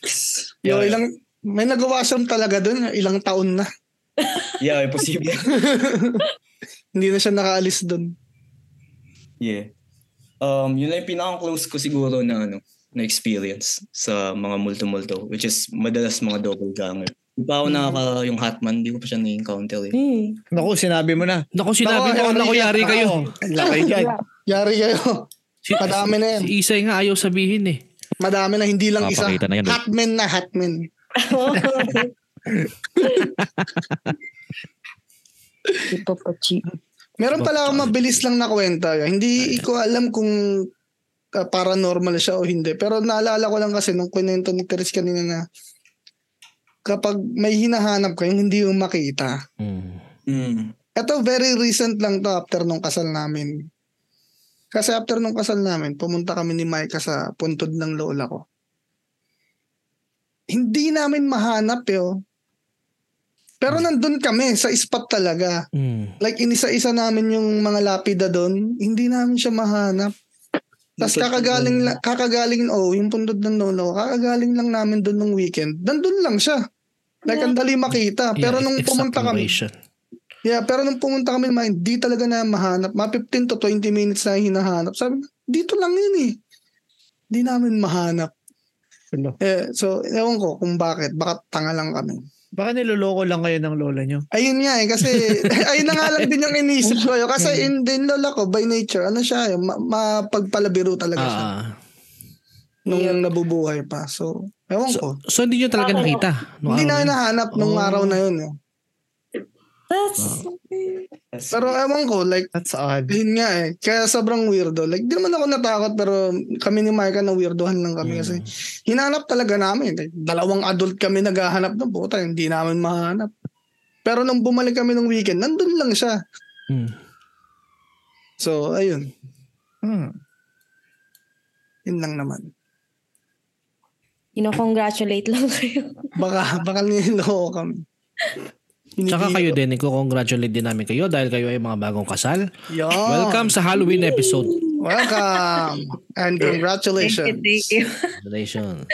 [SPEAKER 4] Yo, ilang... May nag-washroom talaga dun, ilang taon na.
[SPEAKER 9] Yeah, imposible.
[SPEAKER 4] Hindi na siya nakaalis doon.
[SPEAKER 9] Yeah. Um, yun lang yung pinaka-close ko siguro na ano, na experience sa mga multo-multo, which is madalas mga double ganger. Hindi pa ako nakaka yung Hotman, hindi ko pa siya na-encounter eh.
[SPEAKER 10] Naku, sinabi mo na.
[SPEAKER 1] Naku, sinabi
[SPEAKER 4] Naku,
[SPEAKER 1] ko,
[SPEAKER 4] Henry,
[SPEAKER 1] naku, yari
[SPEAKER 5] Oh,
[SPEAKER 1] kayo.
[SPEAKER 10] Laki yan.
[SPEAKER 4] Yari kayo.
[SPEAKER 1] Si,
[SPEAKER 4] Madami na yan.
[SPEAKER 1] si Isay nga ayaw sabihin eh.
[SPEAKER 4] Madami na, hindi lang isa.
[SPEAKER 2] Papakita na yan, eh.
[SPEAKER 4] Hotman na, hotman.
[SPEAKER 8] Ipapachi.
[SPEAKER 4] Meron pala akong mabilis lang na kwenta. Hindi ko alam kung ah, paranormal siya o hindi. Pero naalala ko lang kasi nung kwento ni Chris kanina na kapag may hinahanap ka, yung hindi yung makita.
[SPEAKER 1] Mm.
[SPEAKER 9] Mm.
[SPEAKER 4] Ito, very recent lang to after nung kasal namin. Kasi after nung kasal namin, pumunta kami ni Micah sa puntod ng lola ko. Hindi namin mahanap yo. Pero nandun kami sa spot talaga.
[SPEAKER 1] Mm.
[SPEAKER 4] Like inisa-isa namin yung mga lapida doon, hindi namin siya mahanap. Tapos kakagaling, la- kakagaling, oh, yung puntod ng lola ko, kakagaling lang namin doon nung weekend. Nandun lang siya. Like, ang dali makita. Pero
[SPEAKER 1] Yeah,
[SPEAKER 4] nung
[SPEAKER 1] exact
[SPEAKER 4] pumunta kami,
[SPEAKER 1] location.
[SPEAKER 4] Yeah, pero nung pumunta kami naman, di talaga na mahanap. Mga 15 to 20 minutes na hinahanap. Sabi, dito lang yun eh. Di namin mahanap.
[SPEAKER 10] Hello.
[SPEAKER 1] Ano?
[SPEAKER 4] Eh, so, ewan ko kung bakit. Baka tanga lang kami.
[SPEAKER 5] Baka niloloko lang kayo ng lola nyo.
[SPEAKER 4] Ayun nga eh, kasi, ayun na nga lang din yung iniisip ko. yun. Kasi
[SPEAKER 1] Hmm.
[SPEAKER 4] in din lola ko, by nature, ano siya, yung ma- mapagpalabiro talaga siya.
[SPEAKER 1] Ah,
[SPEAKER 4] Nung nabubuhay pa. So, ewan ko.
[SPEAKER 1] so hindi nyo talaga nakita? nung araw na
[SPEAKER 4] Hindi na
[SPEAKER 1] yun?
[SPEAKER 4] hinahanap nung
[SPEAKER 1] Oh.
[SPEAKER 4] araw na yun. eh.
[SPEAKER 6] That's,
[SPEAKER 4] Pero ewan ko, like,
[SPEAKER 5] That's odd.
[SPEAKER 4] Yun nga eh. Kaya sobrang weirdo. Like, di naman ako natakot pero kami ni Micah na weirdohan lang
[SPEAKER 1] Mm.
[SPEAKER 4] kami kasi hinanap talaga namin. Like, dalawang adult kami naghahanap ng puta. Hindi namin mahanap. Pero nung bumalik kami nung weekend, nandun lang siya.
[SPEAKER 1] Mm.
[SPEAKER 4] So, ayun.
[SPEAKER 5] Hmm.
[SPEAKER 4] Yun lang naman.
[SPEAKER 6] you know, congratulate lang kayo.
[SPEAKER 4] Baka, baka niloko kami.
[SPEAKER 1] Tsaka kayo din, congratulate din namin kayo dahil kayo ay mga bagong kasal.
[SPEAKER 4] Yo.
[SPEAKER 1] Welcome sa Halloween episode.
[SPEAKER 4] Welcome. And congratulations.
[SPEAKER 1] Congratulations.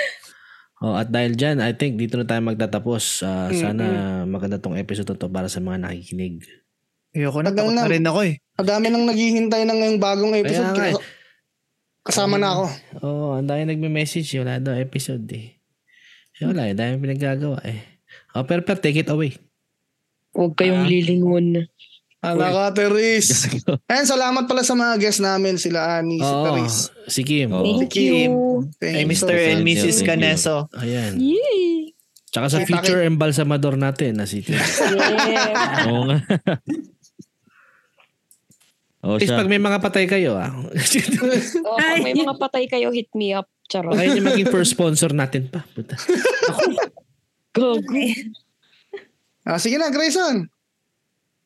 [SPEAKER 1] Oh, at dahil dyan, I think dito na tayo magtatapos. Ah, sana maganda tong episode na to para sa mga nakikinig.
[SPEAKER 5] Ayoko na,
[SPEAKER 4] Tagal
[SPEAKER 5] takot na
[SPEAKER 4] lang.
[SPEAKER 5] rin ako eh.
[SPEAKER 4] Madami nang naghihintay ng ngayong bagong episode.
[SPEAKER 1] nga eh.
[SPEAKER 4] Kina- Kasama na ako.
[SPEAKER 1] Oo, oh, ang dami nagme-message. Wala daw episode eh. Eh, Wala eh, dami pinaggagawa eh. Oh, pero, pero take it away.
[SPEAKER 8] Huwag kayong lilingon.
[SPEAKER 4] Anak ka, Teres. And salamat pala sa mga guests namin, sila Ani, si
[SPEAKER 1] Oo,
[SPEAKER 4] Teres.
[SPEAKER 1] si Kim.
[SPEAKER 2] Oo.
[SPEAKER 8] Thank
[SPEAKER 4] Kim.
[SPEAKER 8] you.
[SPEAKER 4] Thank you so
[SPEAKER 5] Ay, Mr. and
[SPEAKER 2] Thank you,
[SPEAKER 5] Mrs.
[SPEAKER 2] thank you.
[SPEAKER 5] Caneso.
[SPEAKER 1] Ayan.
[SPEAKER 8] Yay!
[SPEAKER 1] Tsaka sa
[SPEAKER 4] Ay,
[SPEAKER 1] future embalsamador natin na si Tim.
[SPEAKER 6] Yeah.
[SPEAKER 2] Oo nga. Oo
[SPEAKER 1] Please,
[SPEAKER 2] Oh, siya.
[SPEAKER 1] pag may mga patay kayo, ah.
[SPEAKER 7] Oh, pag may mga patay kayo, hit me up. Charot.
[SPEAKER 1] Baka yun yung maging first sponsor natin pa. Puta.
[SPEAKER 4] Ah, sige na, Grayson.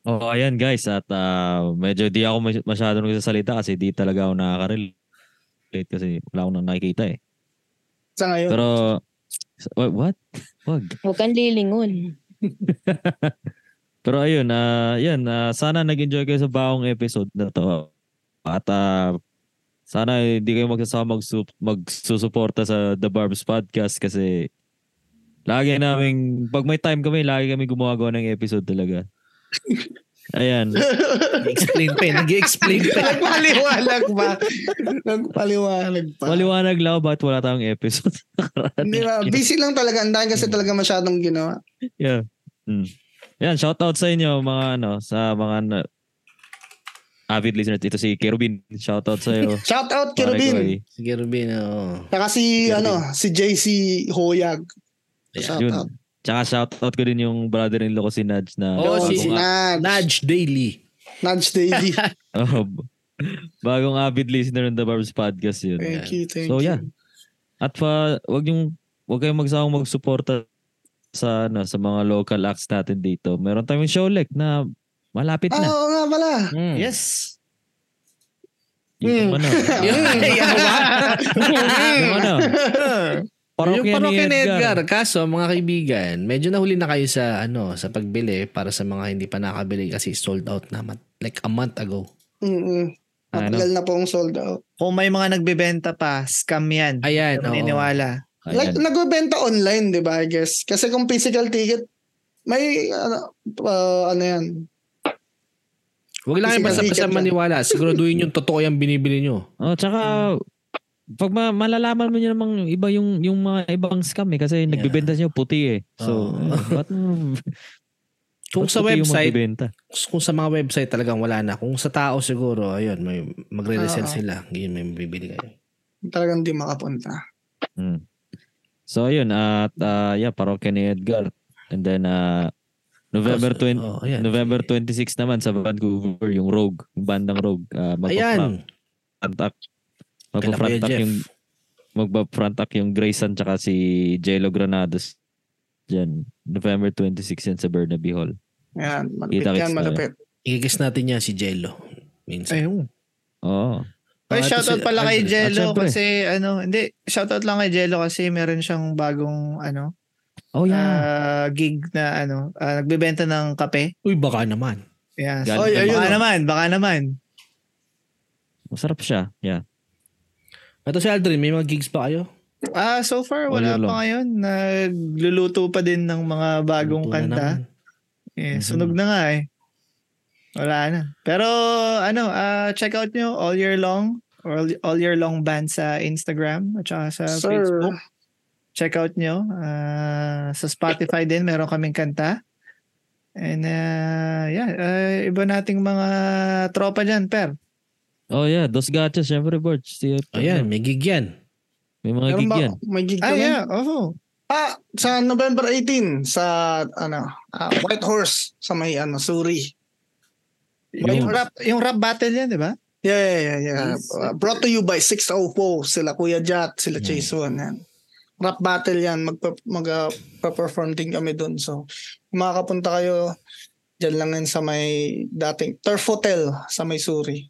[SPEAKER 2] Oo, Oh, ayan guys. At ah, medyo di ako masy- masyado nagsasalita kasi di talaga ako nakaka-relate kasi wala akong nakikita eh.
[SPEAKER 4] Sa ngayon.
[SPEAKER 2] Pero, wait, what? Wag.
[SPEAKER 8] Huwag kang lilingon.
[SPEAKER 2] Pero ayun, ah, yan, ah, sana nag-enjoy kayo sa bagong episode na to. At ah, sana hindi kayo magsasama magsu- magsusuporta sa The Barbs Podcast kasi lagi namin, pag may time kami, lagi kami gumagawa ng episode talaga. Ayan.
[SPEAKER 1] Explain pa eh. Nag-explain pa.
[SPEAKER 4] Nagpaliwanag ba? Nagpaliwanag pa.
[SPEAKER 2] Maliwanag lang ako bakit wala tayong episode.
[SPEAKER 4] Hindi ba? Busy lang talaga. Ang dahil kasi talaga masyadong ginawa.
[SPEAKER 2] yeah. Mm. Yan, shout out sa inyo mga ano, sa mga na- avid listeners. Ito si Kerubin. Shout out sa iyo. eh.
[SPEAKER 4] Shout out, Kirubin.
[SPEAKER 1] Sige, oh. Rubin. oo.
[SPEAKER 4] Saka si,
[SPEAKER 2] Kirubin.
[SPEAKER 4] ano, si JC Hoyag. Shout
[SPEAKER 2] yun.
[SPEAKER 4] out.
[SPEAKER 2] Tsaka shout out ko din yung brother-in-law ko si Nudge na
[SPEAKER 1] Oh,
[SPEAKER 4] Oh,
[SPEAKER 1] si-
[SPEAKER 4] si Nudge.
[SPEAKER 1] Nudge Daily.
[SPEAKER 4] Nudge Daily.
[SPEAKER 2] Oh, bagong avid listener ng The Barbs Podcast yun.
[SPEAKER 4] Thank you, thank
[SPEAKER 2] So,
[SPEAKER 4] you.
[SPEAKER 2] yeah. At pa, wag yung wag kayong magsawang magsuporta sa ano, sa mga local acts natin dito. Meron tayong Showlek na malapit
[SPEAKER 4] Ah,
[SPEAKER 2] na.
[SPEAKER 4] oo nga pala.
[SPEAKER 2] Hmm.
[SPEAKER 5] Yes.
[SPEAKER 2] Yung
[SPEAKER 4] hmm.
[SPEAKER 2] ano. yung ano.
[SPEAKER 1] yung
[SPEAKER 2] Parokya
[SPEAKER 1] parokya
[SPEAKER 2] ni Edgar.
[SPEAKER 1] Kaso, mga kaibigan, medyo nahuli na kayo sa, ano, sa pagbili para sa mga hindi pa nakabili kasi sold out na mat- like a month ago.
[SPEAKER 4] Mm-mm.
[SPEAKER 2] Ano?
[SPEAKER 4] Matagal na pong sold out.
[SPEAKER 5] Kung may mga nagbebenta pa, scam yan. Eh,
[SPEAKER 1] Ayan. oh.
[SPEAKER 5] Huwag
[SPEAKER 1] oo.
[SPEAKER 5] maniniwala.
[SPEAKER 2] Ayan.
[SPEAKER 4] Like, nagbebenta online, di ba, I guess? Kasi kung physical ticket, May, ano, ah, ano yan.
[SPEAKER 1] Huwag lang kayo
[SPEAKER 4] Kasi
[SPEAKER 1] basta-basta
[SPEAKER 4] sikat na.
[SPEAKER 1] maniwala. Siguraduhin yung totoo yung binibili nyo.
[SPEAKER 2] Oh, tsaka pag ma- malalaman mo nyo namang iba yung yung mga ibang scam eh kasi nagbebenta siya puti eh.
[SPEAKER 1] Oo.
[SPEAKER 2] So, eh, ba't mo-
[SPEAKER 1] Kung
[SPEAKER 2] ba't
[SPEAKER 1] sa
[SPEAKER 2] puti yung
[SPEAKER 1] website,
[SPEAKER 2] magbebenta?
[SPEAKER 1] kung sa mga website talagang wala na. Kung sa tao siguro, ayun, may magre-resell
[SPEAKER 4] Oo.
[SPEAKER 1] sila. Yun, may bibili kayo.
[SPEAKER 4] Talagang di makapunta.
[SPEAKER 2] Mm. So ayun at uh, yeah parokya ni Edgar and then uh, November
[SPEAKER 1] Oh, so- oh,
[SPEAKER 2] 20
[SPEAKER 1] ayan.
[SPEAKER 2] November 26 naman sa Vancouver yung Rogue yung bandang Rogue uh,
[SPEAKER 1] Ayan.
[SPEAKER 2] magpa-frontak
[SPEAKER 1] Kailan ko yun,
[SPEAKER 2] magpa-frontak
[SPEAKER 1] Jeff?
[SPEAKER 2] yung magpa-frontak yung Grayson tsaka si Jello Granados Diyan, November 26 yan sa Burnaby Hall.
[SPEAKER 4] Yan, malapit
[SPEAKER 2] Kita
[SPEAKER 4] yan,
[SPEAKER 2] kits na
[SPEAKER 4] malapit.
[SPEAKER 1] Ikigis natin yan si Jello. Minsan.
[SPEAKER 5] Ayun.
[SPEAKER 2] Oo.
[SPEAKER 1] Ah, ito
[SPEAKER 5] Ay, Eh, shoutout
[SPEAKER 1] si
[SPEAKER 5] pala
[SPEAKER 1] Andres.
[SPEAKER 5] kay
[SPEAKER 2] Ah,
[SPEAKER 5] Jello
[SPEAKER 2] syempre.
[SPEAKER 5] kasi ano, hindi, shoutout lang kay Jello kasi meron siyang bagong ano,
[SPEAKER 2] Oh, yeah.
[SPEAKER 5] ah, gig na ano, ah, nagbebenta ng kape.
[SPEAKER 1] Uy, baka naman.
[SPEAKER 5] Yes.
[SPEAKER 2] Galing
[SPEAKER 5] Oy,
[SPEAKER 2] naman.
[SPEAKER 5] ayun, baka
[SPEAKER 2] Ano?
[SPEAKER 5] naman, baka naman.
[SPEAKER 2] Masarap siya. Yeah.
[SPEAKER 1] Ito si Aldrin, may mga gigs pa kayo?
[SPEAKER 5] Ah, so far
[SPEAKER 2] All year
[SPEAKER 5] wala pa
[SPEAKER 2] long.
[SPEAKER 5] ngayon. Nagluluto pa din ng mga bagong
[SPEAKER 1] Luto na
[SPEAKER 5] kanta.
[SPEAKER 1] naman.
[SPEAKER 5] Eh,
[SPEAKER 4] Mm-hmm.
[SPEAKER 2] Mhm.
[SPEAKER 5] sunog na nga eh. Wala na. Pero ano, ah, check out nyo all year long or all, all year long band sa Instagram at saka sa
[SPEAKER 4] Sir,
[SPEAKER 5] Facebook. Check out nyo. Ah, sa Spotify din meron kaming kanta. And ah, yeah, ah, iba nating mga tropa dyan, per.
[SPEAKER 2] Oh yeah, Dos Gachas syempre Borch. Si-
[SPEAKER 1] Ayan, may gig yan.
[SPEAKER 2] May mga
[SPEAKER 4] meron
[SPEAKER 2] gig
[SPEAKER 4] ba?
[SPEAKER 2] yan.
[SPEAKER 4] May gig
[SPEAKER 5] Ah,
[SPEAKER 4] kami?
[SPEAKER 5] yeah, oh.
[SPEAKER 4] Ah, sa November 18, sa, ano, ah, White Horse, sa may, ano, Suri.
[SPEAKER 5] Yung rap, yung rap battle yan, di ba?
[SPEAKER 4] Yeah, yeah, yeah. yeah. Uh, brought to you by 604. Sila Kuya Jat, sila
[SPEAKER 1] Yeah.
[SPEAKER 4] Chase One. Yan. Rap battle yan. Mag-perform din kami doon. So, kung makakapunta kayo, dyan lang yan sa may dating Turf Hotel sa may Suri.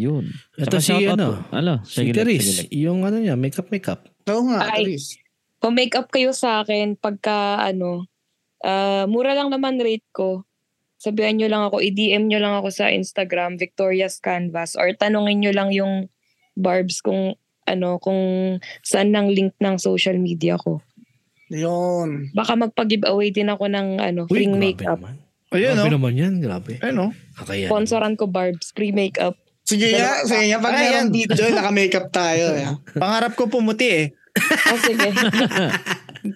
[SPEAKER 2] Yun.
[SPEAKER 1] Ito
[SPEAKER 2] Tsaka
[SPEAKER 1] si
[SPEAKER 2] shoutout
[SPEAKER 1] ano,
[SPEAKER 2] po. Ano?
[SPEAKER 1] Si
[SPEAKER 2] Shagilag,
[SPEAKER 1] Teris,
[SPEAKER 2] Shagilag.
[SPEAKER 1] yung ano niya, makeup makeup.
[SPEAKER 4] Oo nga,
[SPEAKER 8] Ay.
[SPEAKER 4] Chris.
[SPEAKER 8] Kung make up kayo sa akin pagka ano, ah, mura lang naman rate ko. Sabihan nyo lang ako, i-DM nyo lang ako sa Instagram, Victoria's Canvas, or tanungin nyo lang yung barbs kung ano, kung saan ng link ng social media ko.
[SPEAKER 4] Yun.
[SPEAKER 8] Baka magpa-giveaway din ako ng ano,
[SPEAKER 1] Uy,
[SPEAKER 8] free
[SPEAKER 1] grabe
[SPEAKER 8] makeup.
[SPEAKER 1] naman.
[SPEAKER 5] Ayun,
[SPEAKER 4] Ah,
[SPEAKER 1] grabe
[SPEAKER 5] oh.
[SPEAKER 1] naman yan, grabe.
[SPEAKER 5] Ayun, oh.
[SPEAKER 1] Kakaya.
[SPEAKER 8] Sponsoran ko barbs, free makeup.
[SPEAKER 4] Sige nga, sige nga. Pag
[SPEAKER 5] Ay,
[SPEAKER 4] meron
[SPEAKER 5] yan.
[SPEAKER 4] dito, naka-makeup tayo. eh. yeah.
[SPEAKER 5] Pangarap ko pumuti eh.
[SPEAKER 8] Oh, sige.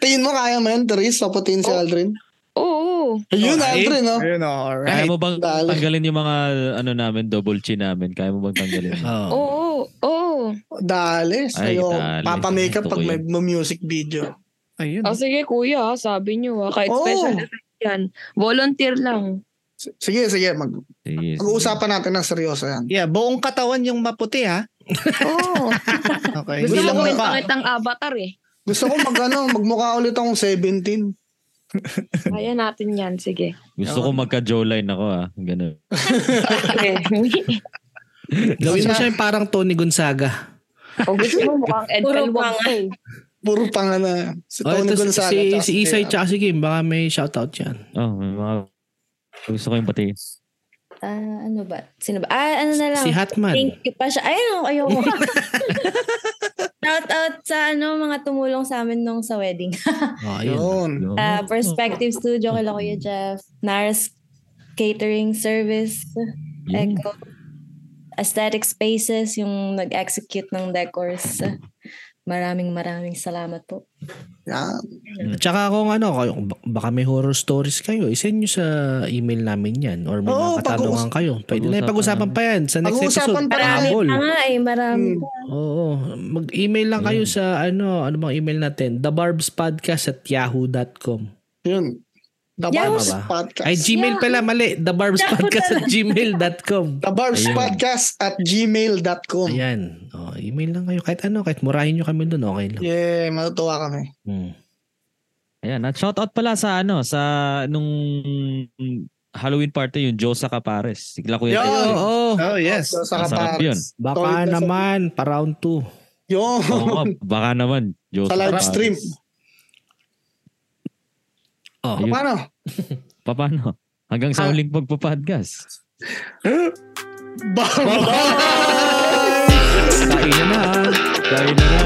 [SPEAKER 4] Tingin mo kaya mo yun, Therese? Paputin si Aldrin?
[SPEAKER 8] Oo.
[SPEAKER 4] Ayun,
[SPEAKER 5] Okay.
[SPEAKER 4] Aldrin, no?
[SPEAKER 5] Ayun, oh. Alright.
[SPEAKER 2] Kaya mo bang
[SPEAKER 4] dali.
[SPEAKER 2] tanggalin yung mga ano namin, double chin namin? Kaya mo bang tanggalin?
[SPEAKER 1] Oo.
[SPEAKER 8] Oo. Oo. Oo.
[SPEAKER 2] Ay,
[SPEAKER 4] Dale. Sa'yo,
[SPEAKER 2] dali.
[SPEAKER 4] papamakeup
[SPEAKER 2] Gusto ko
[SPEAKER 4] pag may music video.
[SPEAKER 5] Ayun.
[SPEAKER 8] Oh, sige kuya, ha, sabi niyo ha. Kahit
[SPEAKER 1] Oh.
[SPEAKER 4] Oo.
[SPEAKER 8] special effect yan. Volunteer lang.
[SPEAKER 4] S- Sige, sige. Mag-
[SPEAKER 2] Sige, sige.
[SPEAKER 4] Pag-uusapan natin ng seryoso yan.
[SPEAKER 5] Yeah, buong katawan yung maputi ha.
[SPEAKER 8] Oh.
[SPEAKER 4] Oo.
[SPEAKER 5] Okay.
[SPEAKER 8] Gusto
[SPEAKER 5] Hindi lang
[SPEAKER 8] ko may
[SPEAKER 5] mukha.
[SPEAKER 8] pangit ang avatar eh.
[SPEAKER 4] Gusto ko mag, ano, magmukha ulit akong 17.
[SPEAKER 8] Kaya natin yan, sige.
[SPEAKER 2] Gusto ko magka-jawline ako ah. Ganun.
[SPEAKER 8] Sige.
[SPEAKER 1] Gawin mo siya yung parang Tony Gonzaga.
[SPEAKER 8] o gusto mo mukhang Ed
[SPEAKER 6] Puro
[SPEAKER 8] Elwag
[SPEAKER 6] panga.
[SPEAKER 8] ka eh.
[SPEAKER 4] Puro pang ano. Si
[SPEAKER 1] Oh,
[SPEAKER 4] Tony
[SPEAKER 1] ito, si,
[SPEAKER 4] Gonzaga.
[SPEAKER 1] si,
[SPEAKER 4] tsaka
[SPEAKER 1] si Isay
[SPEAKER 4] Jay-
[SPEAKER 1] tsaka si Kim, baka may shoutout yan.
[SPEAKER 2] Oh, may mga... Gusto ko yung pati.
[SPEAKER 6] Ah, ano ba? Sino ba? Ah, ano na lang.
[SPEAKER 1] Si Hatman.
[SPEAKER 6] Thank you pa siya. Ay, ano, ayoko. Shout out sa ano, mga tumulong sa amin nung sa wedding.
[SPEAKER 1] Oh, ayun.
[SPEAKER 4] Yun.
[SPEAKER 6] Ah,
[SPEAKER 2] Oh.
[SPEAKER 6] Perspective Studio, kala Kuya Jeff. Nars Catering Service.
[SPEAKER 2] Yun.
[SPEAKER 6] Echo. Aesthetic Spaces, yung nag-execute ng decors. Maraming maraming salamat po.
[SPEAKER 4] Yan.
[SPEAKER 1] Tsaka kung ano, kayo- baka may horror stories kayo, isend nyo sa email namin yan or may
[SPEAKER 4] Oo,
[SPEAKER 1] mga katanungan kayo. Pwede na
[SPEAKER 2] pag-uusapan
[SPEAKER 1] pag-usapan pa yan sa next
[SPEAKER 4] Pag-uusapan
[SPEAKER 1] episode.
[SPEAKER 4] pa
[SPEAKER 6] Marami
[SPEAKER 1] Pahabol.
[SPEAKER 6] pa nga eh, marami
[SPEAKER 4] Hmm.
[SPEAKER 6] pa.
[SPEAKER 1] Oo. Mag-email lang kayo sa ano, ano bang email natin? thebarbspodcast at yahoo.com.
[SPEAKER 4] Yun. The
[SPEAKER 6] Yahoo!
[SPEAKER 4] Barbs
[SPEAKER 1] Tama ba?
[SPEAKER 4] Podcast.
[SPEAKER 1] Ay, Gmail pala, mali. thebarbspodcast at gmail.com.
[SPEAKER 4] The Barbs
[SPEAKER 2] Ayun.
[SPEAKER 4] Podcast at gmail.com.
[SPEAKER 1] Ayan. Oh, email lang kayo. Kahit ano, kahit murahin nyo kami doon, okay lang.
[SPEAKER 4] Yeah, matutuwa kami.
[SPEAKER 1] Hmm.
[SPEAKER 2] Ayan. At shoutout pala sa ano, sa nung Halloween party yung Josa Capares. Sigla ko yan.
[SPEAKER 4] Yo!
[SPEAKER 1] Oo.
[SPEAKER 5] Oh, yes.
[SPEAKER 4] So, sa
[SPEAKER 2] Ang sarap yun.
[SPEAKER 4] kapares.
[SPEAKER 1] Baka
[SPEAKER 4] Toy na sa-
[SPEAKER 1] naman, pa round 2.
[SPEAKER 4] Yun.
[SPEAKER 2] Oo nga, baka naman. Josa
[SPEAKER 4] Sa live
[SPEAKER 2] Capares.
[SPEAKER 4] stream.
[SPEAKER 1] Oh.
[SPEAKER 2] Ayun.
[SPEAKER 4] Paano?
[SPEAKER 2] Paano? Hanggang sa huling pagpa-podcast.
[SPEAKER 4] Barbs!
[SPEAKER 2] Kain na na. ah. Kain na na.